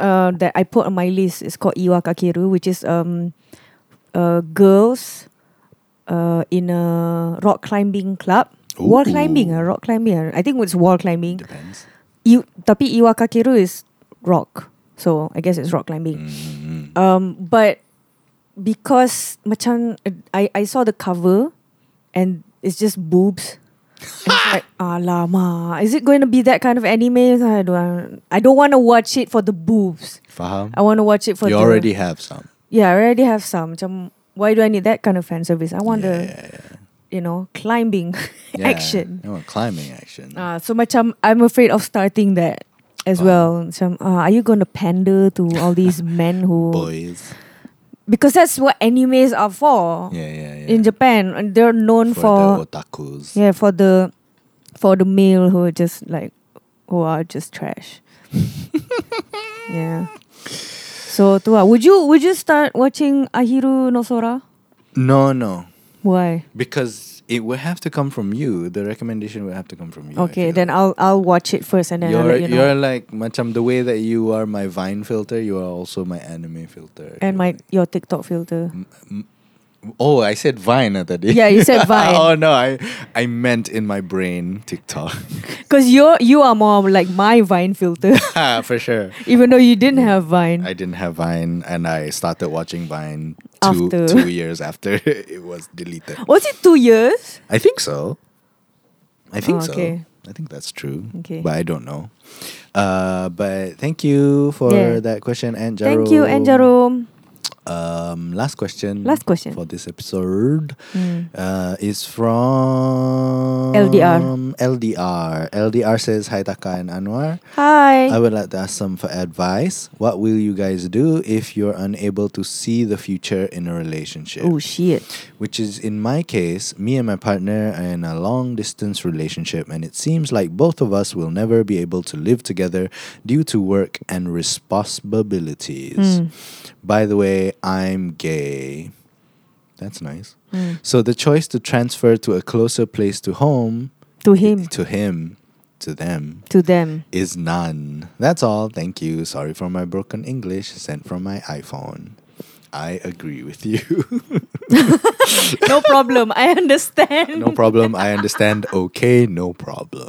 uh, that I put on my list. It's called Iwa Kakeru, which is um, uh, girls uh, in a rock climbing club. Wall Ooh. climbing, uh, rock climbing. ah. I think it's wall climbing. Depends. You, tapi Iwa Kakeru is rock. So I guess it's rock climbing. Mm. Um, but because macam uh, I I saw the cover, and it's just boobs. And it's like, alama, is it going to be that kind of anime? I don't, I don't want to watch it for the boobs. Faham? I want to watch it for. you the, already have some. Yeah, I already have some. Macam, why do I need that kind of fan service? I want yeah, the yeah, yeah. you know climbing Yeah. action. No, climbing action. Uh, so macam I'm afraid of starting that as well. Macam, uh, are you going to pander to all these men who? Boys. Because that's what animes are for. Yeah, yeah, yeah. oh. in Japan, and they're known for, for, the otakus. yeah for the for the male who are just like who are just trash. yeah. So tu lah. would you would you start watching Ahiru Nosora? No, no. Why? Because it will have to come from you. The recommendation will have to come from you. I okay, feel. then I'll I'll watch it first and then I'll You're, let you you know. are like macam the way that you are my Vine filter, you are also my anime filter. You're Mm. And my your TikTok filter. M- m- Oh, I said Vine the other day. Yeah, you said Vine. oh no, I I meant in my brain TikTok. Because you're you are more like my Vine filter, Ah, for sure. even though you didn't have Vine. I didn't have Vine, and I started watching Vine two After. two years after it was deleted. Was it two years? I think so. I think Oh, okay. so. I think that's true. Okay. But I don't know. Uh, but thank you for Yeah. that question, and Thank you, Anjaro. Um, last question. Last question. for this episode Mm. uh, is from LDR. LDR. LDR says Hi Taka and Anwar. Hi. I would like to ask some for advice. What will you guys do if you're unable to see the future in a relationship? oh shit. Which is in my case, me and my partner are in a long distance relationship, and it seems like both of us will never be able to live together due to work and responsibilities. Hmm. By the way, I'm gay. That's nice. Hmm. So the choice to transfer to a closer place to home, To him, to him, to them, to them. is none. That's all. Thank you. Sorry for my broken English sent from my iPhone. I agree with you. No problem. I understand. no problem. I understand. Okay, no problem.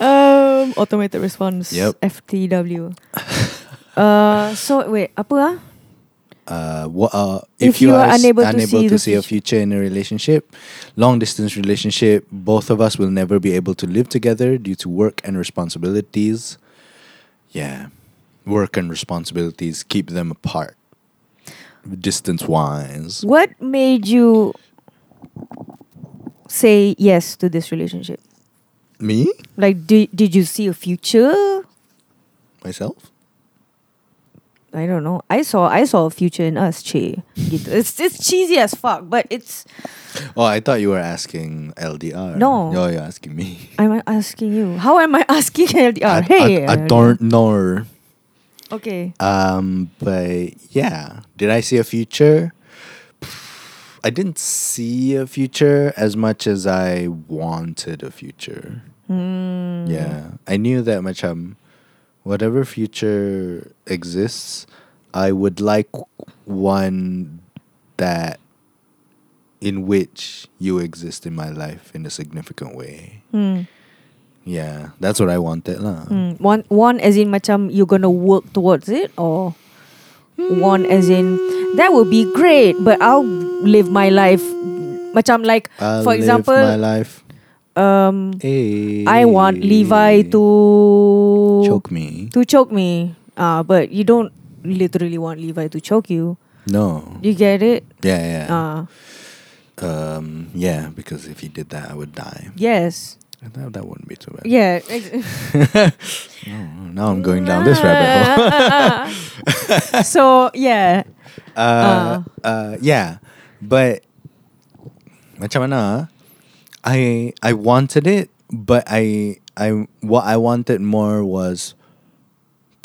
Um, automated response. Yep. FTW. uh, so wait, apa ah? Uh, what, uh, If you are s- unable to see the a future in a relationship, long distance relationship, both of us will never be able to live together due to work and responsibilities. Yeah, work and responsibilities keep them apart, distance wise. What made you Say yes to this relationship. Me like? Do, did you see a future? myself. I don't know. I saw I saw a future in us, Che. Gitu. It's it's cheesy as fuck, but it's Oh, I thought you were asking LDR. No. No, Oh, you're asking me. I'm asking you. How am I asking uh, LDR? I, hey, I, I LDR. don't know. Okay. Um, but yeah, did I see a future? I didn't see a future as much as I wanted a future. Hmm. Yeah, I knew that much. Um, whatever future exists, I would like one that in which you exist in my life in a significant way. Hmm. Yeah, that's what I wanted, lah. Hmm. One one as in macam you're gonna work towards it or one as in Hmm. that would be great, but I'll live my life macam like I for live my example life. um I I want Levi to Eh. choke me. to choke me. Uh, but you don't literally want Levi to choke you. No. You get it? Yeah, yeah. Uh, um, yeah, because if he did that, I would die. yes. And That, that wouldn't be too bad. Yeah. No, now I'm going down this rabbit hole. hole. so yeah. uh, uh, yeah, but macam mana? I I wanted it, but I I what I wanted more was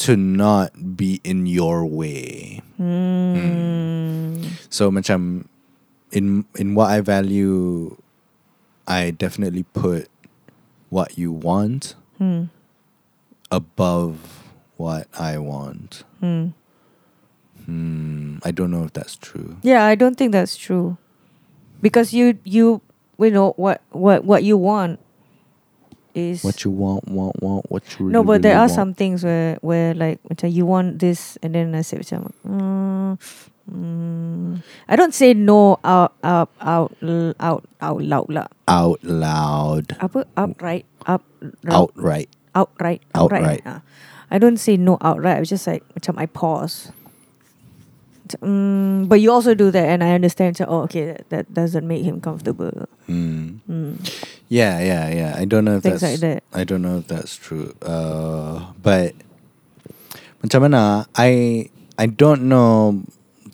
to not be in your way. Hmm. Hmm. So macam in in what I value, I definitely put what you want Hmm. above what I want. Hmm, I don't know if that's true. Yeah, I don't think that's true. Because you you you know what what what you want is What you want, want, want, what you really, no, but there really are want. some things where where like macam you want this, and then I say macam, mm, mm. I don't say no out out out l- out out loud lah. out loud, Apa outright up outright. outright Outright. ah. I don't say no outright. I was just like macam I pause. Macam, Mm, but you also do that, and I understand. Macam, oh, okay, that, that doesn't make him comfortable. Mm. Mm. Yeah, yeah, yeah. I don't know if Things that's like that. I don't know if that's true. Uh, but macam mana, I I don't know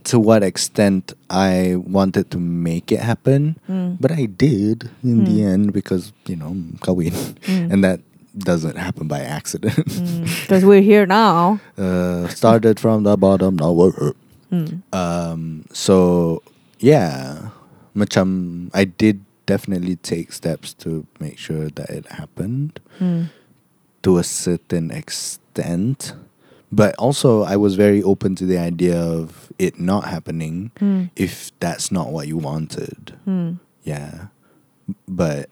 to what extent I wanted to make it happen, Mm. but I did in the Mm. end because you know kawin, Mm. and that doesn't happen by accident. Because Mm. we're here now. uh, started from the bottom, now we're up. Mm. Um, so yeah, macam I did definitely take steps to make sure that it happened Mm. to a certain extent. But also, I was very open to the idea of it not happening Hmm. if that's not what you wanted. Hmm. Yeah. But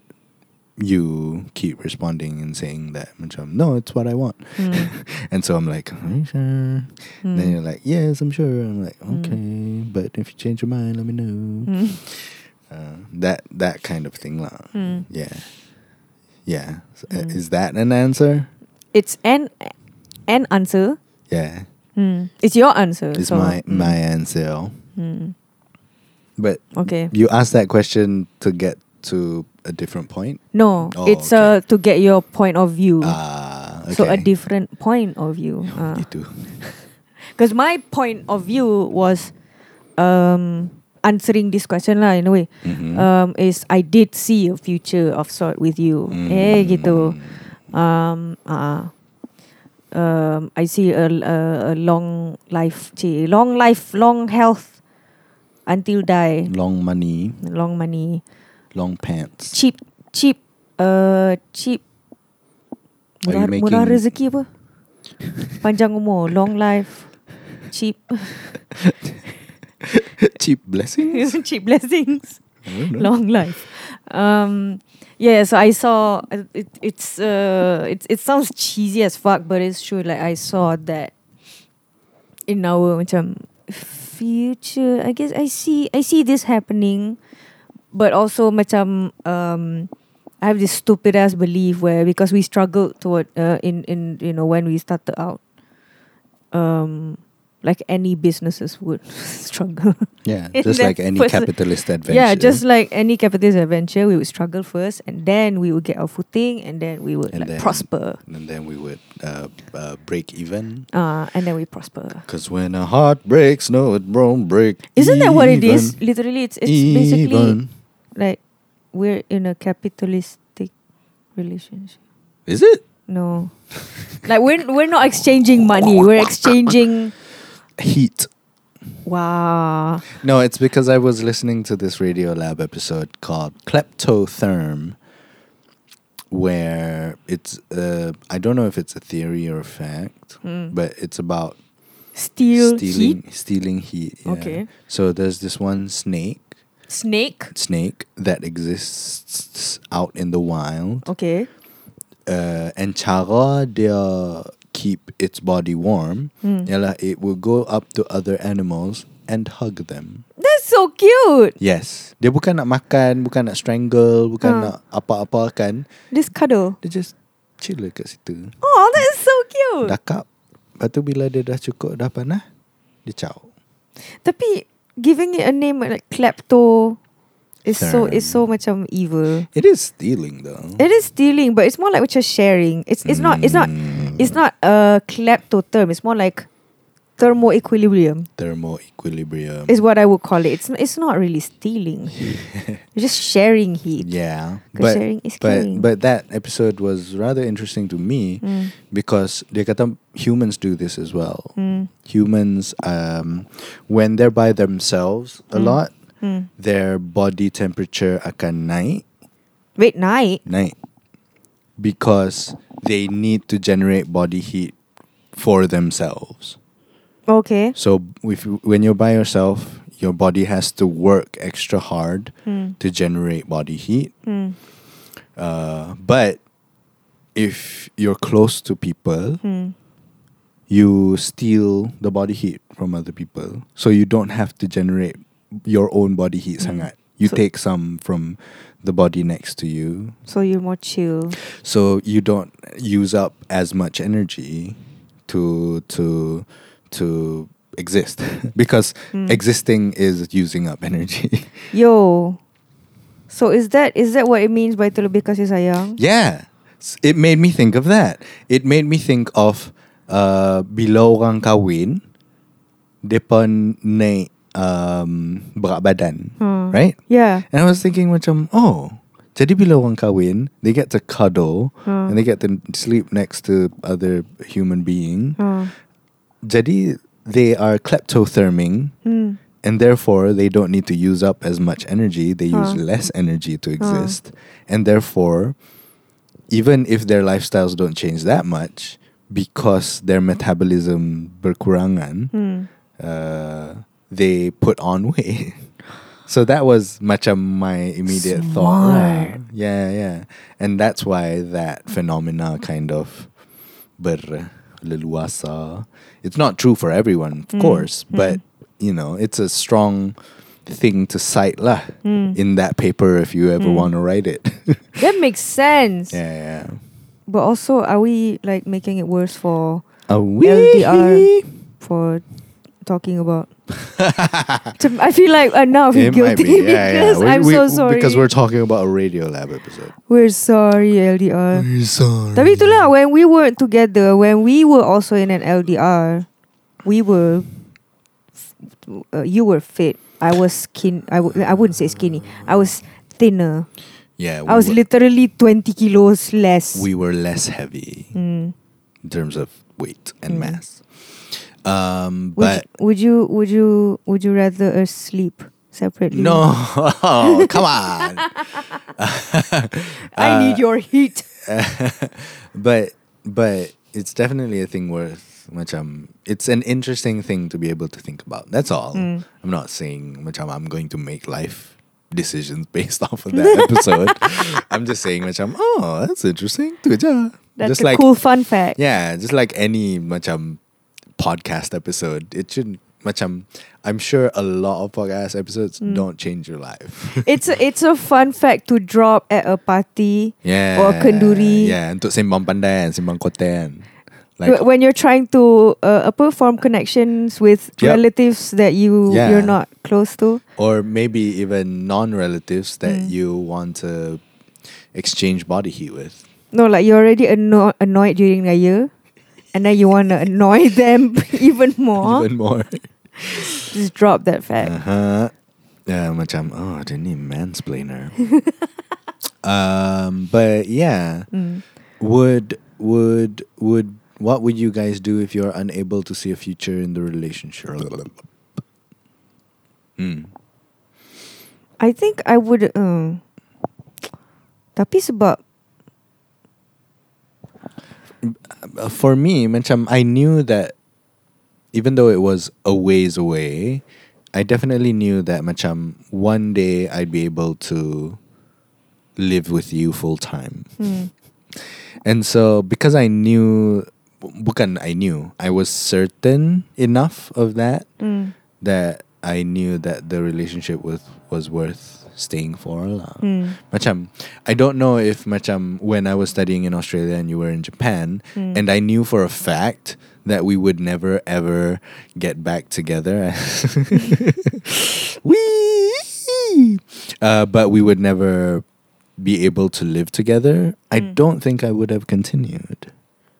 you keep responding and saying that, macam, no, it's what I want. Hmm. And so I'm like, are you sure? Then you're like, yes, I'm sure. I'm like, Mm. okay, but if you change your mind, let me know. Hmm. Uh, that that kind of thing, lah. Hmm. Yeah, yeah. So, uh, Mm. Is that an answer? It's an an answer. Yeah, Hmm. It's your answer. it's so- my Hmm. my answer. Hmm. But Okay. you asked that question to get to a different point. No, Oh, it's okay. uh to get your point of view. Ah, okay. So a different point of view. Ah. Gitu. Because my point of view was um, answering this question lah in a way. Mhm. Um, is I did see a future of sort with you. Hmm. Eh gitu. Mm. Um, ah. um, I see a, a, a long life, cik, long life, long health until die, Long money, long money, long pants. cheap, cheap, uh, cheap. Are you Murah, murah making- rezeki apa? Panjang umur, long life, cheap. Cheap blessings. cheap blessings I don't know. long life um yeah so i saw it, it- it's uh it, it sounds cheesy as fuck but it's true like i saw that in our macam future i guess i see i see this happening but also macam um i have this stupid ass belief where because we struggled toward uh, in in you know when we started out um like any businesses would struggle Yeah, in just that like any person- capitalist adventure. yeah, just like any capitalist adventure, we would struggle first, and then we would get our footing, and then we would And then- like prosper. and then we would uh, uh, break even. Uh, and then we prosper. Cause when a heart breaks, no, it won't break. Isn't that what it is? even. Literally, it's it's basically Even. like we're in a capitalistic relationship. Is it? No, like we're we're not exchanging money. We're exchanging. Heat. Wow. No, it's because I was listening to this Radio Lab episode called Kleptotherm, where it's, uh, I don't know if it's a theory or a fact, Mm. but it's about Steal heat. stealing stealing heat. yeah. Okay. So there's this one snake Snake. snake that exists out in the wild. Okay. uh, and cara dia keep its body warm Mm. ialah it will go up to other animals and hug them. That's so cute. Yes. Dia bukan nak makan, bukan nak strangle, bukan Ha. nak apa-apa kan. This cuddle. Dia just chill lah kat situ. Oh, that is so cute. Dakap. Lepas tu bila dia dah cukup, dah panah, dia caw. Tapi giving it a name like klepto is so Term. is so macam evil. It is stealing though. It is stealing, but it's more like just sharing. It's it's not it's not Hmm. it's not a klepto term. It's more like thermo equilibrium Thermo equilibrium. is what I would call it. It's it's not really stealing heat. it's just sharing heat. Yeah, 'Cause sharing is but caring. but that episode was rather interesting to me Mm. because they kata humans do this as well. Mm. Humans, um, when they're by themselves a Mm. lot, Mm. their body temperature akan night Wait, night. night because they need to generate body heat for themselves. Okay. So if you- when you're by yourself, your body has to work extra hard Mm. to generate body heat. Mm. Uh, but if you're close to people, Mm. you steal the body heat from other people. So you don't have to generate your own body heat sangat. You So- take some from the body next to you. So you're more chill. So you don't use up as much energy to to to exist because Mm. existing is using up energy. Yo. So is that is that what it means by terlebih kasih sayang? Yeah, S- it made me think of that. It made me think of uh, bila orang kahwin, depa naik um, berat badan, Hmm. right? Yeah. And I was thinking macam, oh, jadi bila orang kahwin, they get to cuddle Hmm. and they get to sleep next to other human being. Oh. Jadi they are kleptotherming. Mm. And therefore, they don't need to use up as much energy. They use Huh. less energy to exist. And therefore, even if their lifestyles don't change that much, because their metabolism berkurangan, Hmm. uh, they put on weight. so that was much of my immediate thought. lah. Smart. Yeah, yeah. And that's why that phenomena kind of berleluasa. It's not true for everyone, of Mm, course, mm. but you know, it's a strong thing to cite lah Mm. in that paper if you ever Mm. want to write it. That makes sense. yeah, yeah. But also, are we like making it worse for A wee- LDR. for talking about? To- I feel like uh, now I feel It might guilty be, yeah, yeah. because We- I'm we- so sorry. Because we're talking about a Radio Lab episode. We're sorry LDR. We're sorry. Uh, Tapi itulah when we were together, when we were also in an LDR, we were f- uh, you were fit. I was skin. I w- I wouldn't say skinny. I was thinner. Yeah, we I was were, literally twenty kilos less. we were less heavy Mm. in terms of weight and Mm. mass. Um, but Would, you- would you would you would you rather us sleep separately? no, come on. uh, I need your heat. but but it's definitely a thing worth much um it's an interesting thing to be able to think about that's all Mm. i'm not saying much um, i'm going to make life decisions based off of that episode i'm just saying much i'm oh that's interesting Good job. just That's a like cool fun fact. yeah just like any much um podcast episode it shouldn't much um i'm sure a lot of podcast episodes Mm. don't change your life It's a, it's a fun fact to drop at a party yeah Or kenduri. yeah untuk sembang pandai and sembang koten Wh- when you're trying to uh, apa, form connections with Yep. relatives that you Yeah. you're not close to. or maybe even non-relatives that Mm. you want to exchange body heat with. No, like you're already anno- annoyed during the year, and then you want to annoy them even more. Even more. Just drop that fact. uh-huh. Yeah, macam, oh, I didn't need mansplainer. um, but yeah, Mm. would would would what would you guys do if you're unable to see a future in the relationship? Hmm. I think I would. Um, tapi sebab Uh, for me, macam I knew that even though it was a ways away, I definitely knew that macam one day I'd be able to live with you full time. hmm, And so because I knew bu- bukan I knew, I was certain enough of that hmm, that I knew that the relationship with was worth staying for lah. hmm, Macam, I don't know if macam when I was studying in Australia and you were in Japan, Mm. and I knew for a fact that we would never ever get back together. Wee! Uh, but we would never be able to live together. I Mm. don't think I would have continued.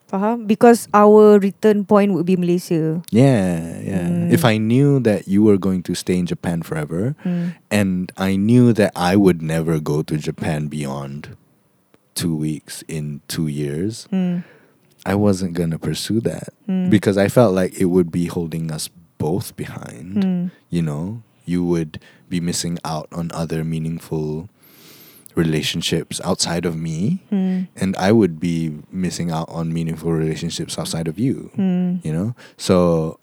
faham? Because our return point would be Malaysia. Yeah, yeah. Mm. If I knew that you were going to stay in Japan forever, Hmm. and I knew that I would never go to Japan beyond two weeks in two years. Hmm. I wasn't gonna pursue that Hmm. because I felt like it would be holding us both behind. Hmm. You know, you would be missing out on other meaningful relationships outside of me, Hmm. and I would be missing out on meaningful relationships outside of you Hmm. you know so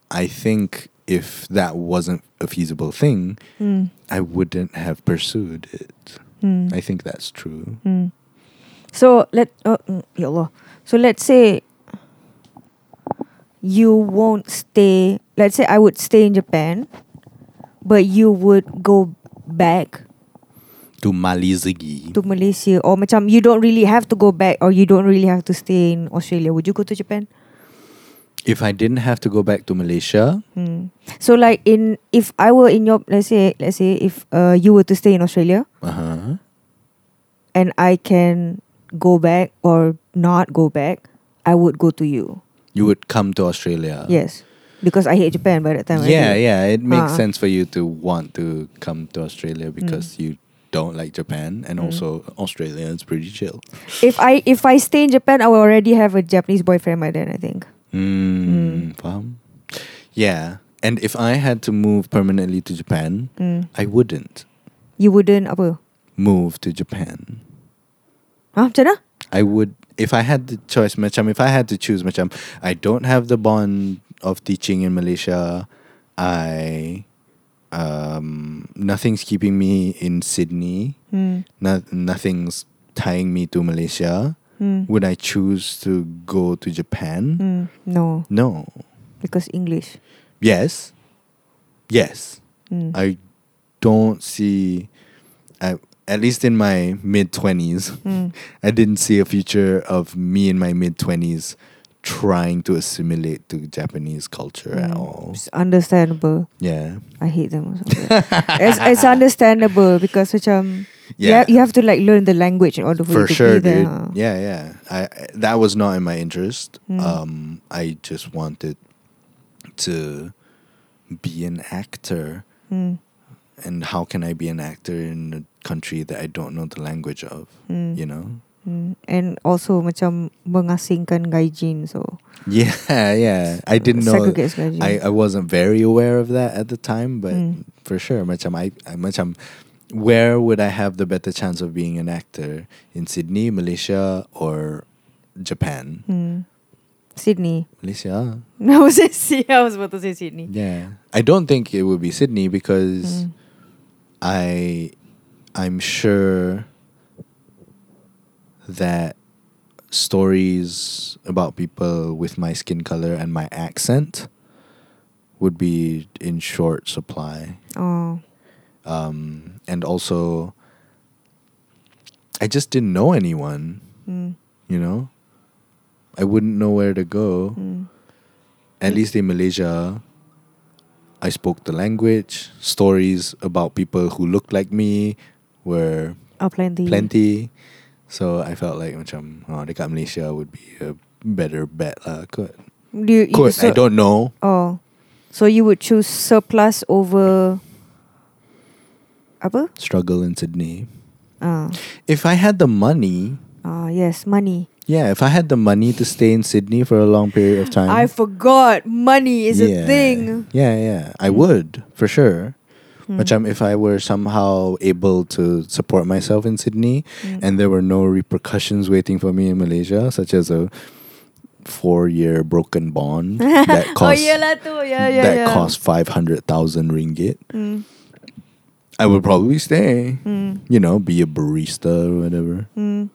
i think if that wasn't a feasible thing Hmm. i wouldn't have pursued it Hmm. i think that's true Hmm. So let uh, mm, ya Allah. So let's say you won't stay. Let's say I would stay in Japan, but you would go back to malizigi to Malaysia or macam you don't really have to go back or you don't really have to stay in Australia. Would you go to Japan? if i didn't have to go back to malaysia Hmm. So like in if I were in your let's say let's say if uh, you were to stay in Australia uh-huh and I can go back or not go back, I would go to you. you would come to australia Yes. Because I hate Japan by that time. Uh. yeah already. yeah it makes Ah. sense for you to want to come to australia because you don't like japan and Mm. also australia is pretty chill If I if I stay in Japan, I will already have a Japanese boyfriend by then. I think. mm, faham? yeah and if i had to move permanently to japan Mm. i wouldn't You wouldn't apa? move to Japan. Huh? Macam mana? I would if I had the choice macam if I had to choose macam I don't have the bond of teaching in Malaysia I um nothing's keeping me in Sydney Hmm. no, nothing's tying me to Malaysia Hmm. would I choose to go to Japan Hmm. No, no because English. yes yes Hmm. I don't see, I, at least in my mid 20s, Hmm. I didn't see a future of me in my mid 20s trying to assimilate to Japanese culture at Mm. all. It's understandable. Yeah. I hate them. Also. it's, it's understandable because macam yeah. Yeah. you have to like learn the language in order for, For you to sure, be there. dude. Yeah, yeah. I, I- that was not in my interest. Mm. Um, I just wanted to be an actor. Hmm. And how can I be an actor in a country that I don't know the language of? Hmm. You know? Hmm. And also macam mengasingkan gaijin so Yeah, yeah. I didn't know. segregates gaijin. I, I wasn't very aware of that at the time, but Mm. for sure, macam I, I macam where would I have the better chance of being an actor in Sydney, Malaysia, or Japan? Hmm. Sydney. Malaysia, I was in Sy- I was about to say Sydney. yeah. I don't think it would be Sydney because Mm. I, I'm sure that stories about people with my skin color and my accent would be in short supply. Oh. um, and also I just didn't know anyone. Mm. You know, I wouldn't know where to go. Mm. At least in Malaysia, I spoke the language. Stories about people who looked like me were Oh, plenty. plenty, so I felt like macam oh, dekat Malaysia would be a better bet lah. Kot, Do you, you- kot. so- I don't know. Oh. So you would choose surplus over apa? Struggle in Sydney. Ah. If I had the money, Ah, yes, money. Yeah, if I had the money to stay in Sydney for a long period of time, I forgot money is a Yeah. thing. Yeah, yeah, I Mm. would for sure. Mm. But if I were somehow able to support myself in Sydney, Mm. and there were no repercussions waiting for me in Malaysia, such as a four-year broken bond that Oh cost yeah lah tu. Yeah, yeah, that yeah. cost five hundred thousand ringgit, Mm. I would probably stay. Mm. You know, be a barista or whatever. Mm.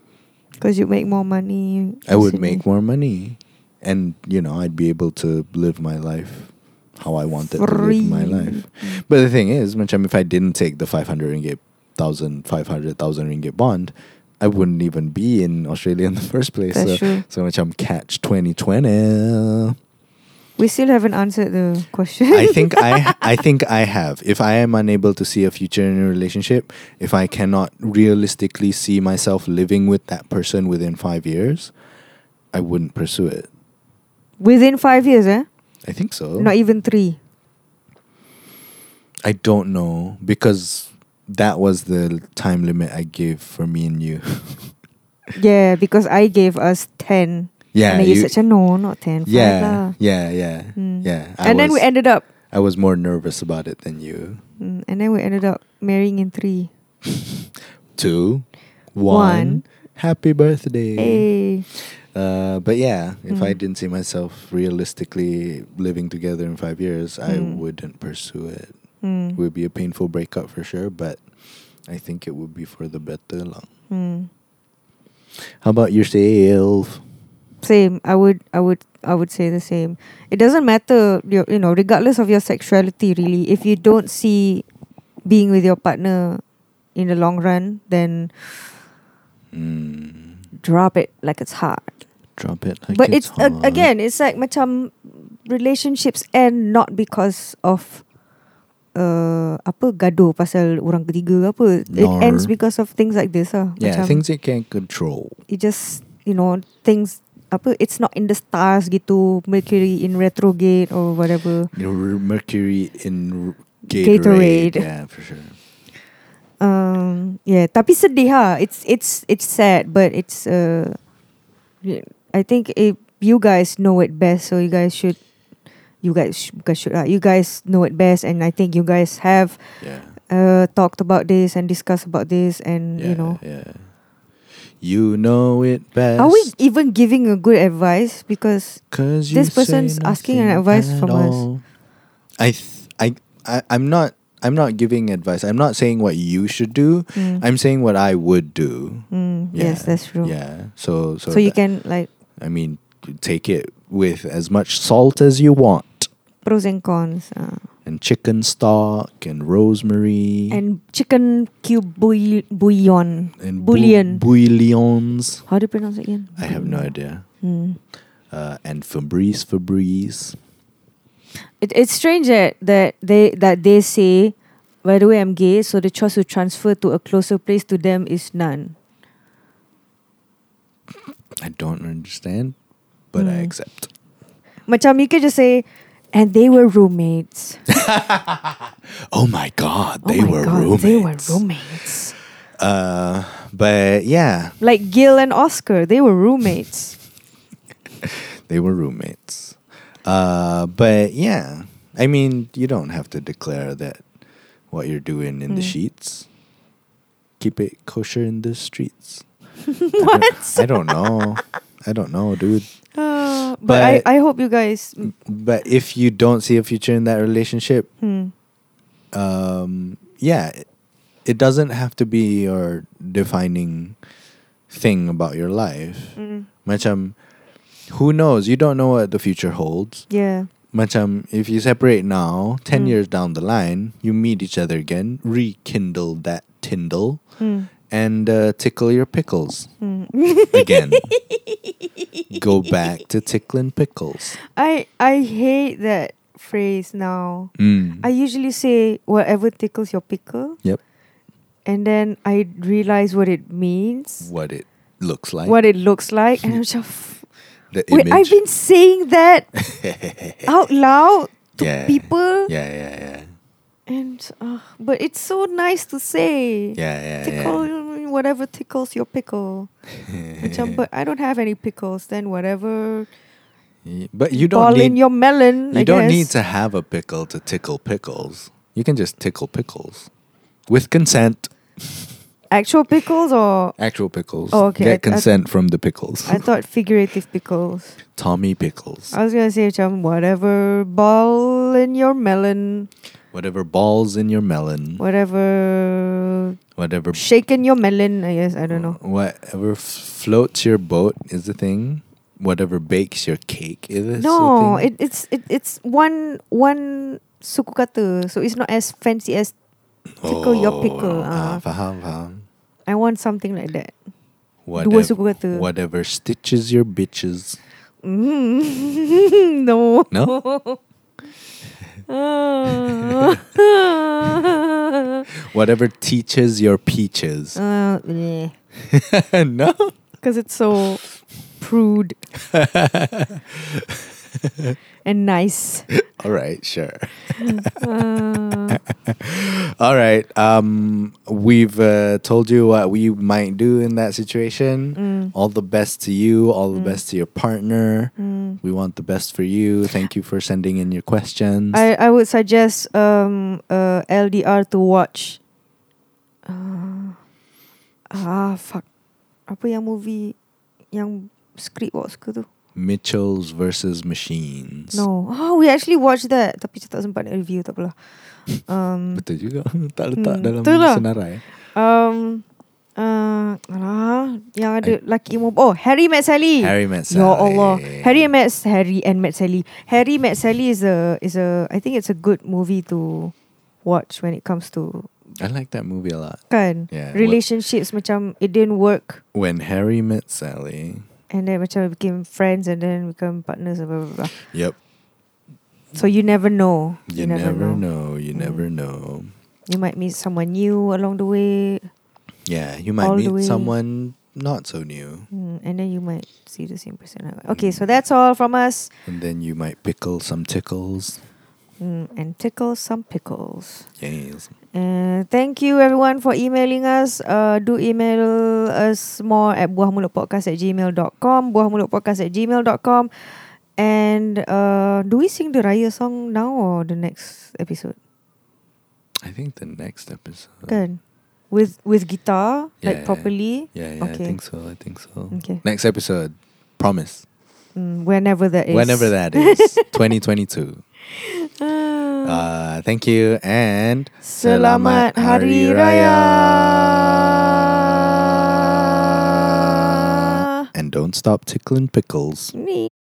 Cause you make more money. I would Sydney. make more money, and you know, I'd be able to live my life how I wanted to live my Free. life. But the thing is, macam if I didn't take the 500 ringgit, 1,000, 500,000 ringgit bond, I wouldn't even be in Australia in the first place. so, That's true. so macam catch 2020. We still haven't answered the question. I think I I think I have. If I am unable to see a future in a relationship, if I cannot realistically see myself living with that person within 5 years, I wouldn't pursue it. within five years, eh? I think so. Not even three. I don't know because that was the time limit I gave for me and you. Yeah, because I gave us ten. yeah, and then you, said, "Ah, no, not ten. five yeah, lah." yeah, yeah, Mm. yeah. I and then was, we ended up. I was more nervous about it than you. Mm, and then we ended up marrying in three. Two, one. One. Happy birthday. Hey, Uh, but yeah, if I Mm. didn't see myself realistically living together in five years, I Mm. wouldn't pursue it. mm. It would be a painful breakup for sure, but I think it would be for the better. Long. Mm. How about yourself? same. I would, I would, I would say the same. It doesn't matter, your, you know, regardless of your sexuality, really. If you don't see being with your partner in the long run, then Mm. drop it like it's hot. Drop it. Like but it's, a- hot. again, it's like macam relationships end not because of uh, apa gaduh pasal orang ketiga ke apa. It Nor- ends because of things like this ah. Yeah, macam things you can't control. it just you know things apa it's not in the stars gitu Mercury in retrograde or whatever. You know, r- Mercury in r- Gatorade. Gatorade. Yeah, for sure. Um, yeah, tapi sedih ha. It's it's it's sad, but it's uh, I think it, you guys know it best, so you guys should, you guys sh- bukan should lah. You guys know it best, and I think you guys have Yeah. uh talked about this and discussed about this, and yeah you know, Yeah. You know it best. Are we even giving a good advice? Because Cause you This say person's asking an nothing advice at from us. all. I, th- I, I, I'm not. I'm not giving advice. I'm not saying what you should do. Mm. I'm saying what I would do. mm, Yeah, yes, that's true. Yeah. So, so, So, you that- can like I mean, take it with as much salt as you want, pros and cons uh, and chicken stock, and rosemary, and chicken cube bouill- bouillon. and bou- bouillon. bouillons. How do you pronounce it again? I have no idea. Mm. Uh, and Febreze, Febreze. It, it's strange that, that they that they say, by the way, I'm gay, so the choice to transfer to a closer place to them is none. I don't understand, but I Mm. accept. Macam you can just say, and they were roommates. Oh my god, they oh my were God, roommates. They were roommates. Uh, but yeah, Like Gil and Oscar, they were roommates. they were roommates. Uh, but yeah, I mean, you don't have to declare that what you're doing in the Mm. sheets. Keep it kosher in the streets. what? I don't know. I don't know, dude. Uh, but I, But- I hope you guys. But if you don't see a future in that relationship, Hmm. um, yeah, it, it doesn't have to be your defining thing about your life. Mm. Macam, who knows? You don't know what the future holds. Yeah. Macam, if you separate now, 10 Mm. years down the line, you meet each other again, rekindle that Tindle, Hmm. and uh, tickle your pickles Hmm. again. Go back to tickling pickles. I I hate that phrase now. Mm. I usually say whatever tickles your pickle, yep. and then I realize what it means, What it looks like. what it looks like, and I'm just the wait. image. I've been saying that out loud to Yeah. people, Yeah, yeah, yeah. and uh, but it's so nice to say. Yeah, yeah, Tickle yeah. whatever tickles your pickle. Macam, but I don't have any pickles. Then whatever Y- But you ball don't need in your melon. you I don't guess. need to have a pickle to tickle pickles. You can just tickle pickles with consent. actual pickles or Actual pickles. Oh, okay. I- Get I- consent from the pickles. I thought figurative pickles. Tommy pickles. I was gonna say macam whatever ball in your melon, Whatever balls in your melon. whatever Whatever. shake in your melon. I guess I don't know. Whatever f- floats your boat is the thing. Whatever bakes your cake is the no, thing. it, it's it, it's one one suku kata, so it's not as fancy as tickle your pickle, ah, ah. faham, faham. I want something like that. Dua Whatever, suku kata. whatever stitches your bitches. Mm, no. No? Ah. Whatever teaches your peaches. Uh, yeah. Uh. no. Because it's so prude and nice. All right, sure. Uh, All right. Um, we've uh, told you what we might do in that situation. mm, All the best to you. All the Mm. best to your partner. mm. We want the best for you. Thank you for sending in your questions. I, I would suggest um, uh, LDR to watch. Uh, ah, fuck. Apa yang movie yang script watch ke tu? Mitchell's versus machines. No. Oh, we actually watched that. Tapi saya tak sempat nak review, tak apalah. Um, Betul juga. tak letak Hmm, dalam betul lah. senarai. um, uh, alah, yang ada I- laki emo. Oh, Harry Met Sally. Harry met Ya Allah. Sally. oh, Harry and Matt Harry and Matt Sally. Harry Matt Sally is a is a I think it's a good movie to watch when it comes to I like that movie a lot. kan Yeah. wh- relationships macam it didn't work When Harry met Sally. and then macam we became friends and then become partners and blah, blah, blah. Yep. So you never know. You, never, know. You Mm. never know. You might meet someone new along the way Yeah, you might All the meet way. someone not so new, mm, and then you might see the same person. Okay, so that's all from us. and then you might pickle some tickles. Mm, and tickle some pickles. Yes. Uh, thank you everyone for emailing us. Uh, do email us more at buahmulutpodcast at gmail.com, buahmulutpodcast at gmail.com. And uh, do we sing the Raya song now or the next episode? I think the next episode. Kan? with with guitar Yeah, like yeah. properly. Yeah, yeah, I Okay. think so. I think so. Okay. Next episode, promise. Mm, whenever that is. Whenever that is, 2022. Ah. Uh, thank you and Selamat Hari Raya. And don't stop tickling pickles. Me.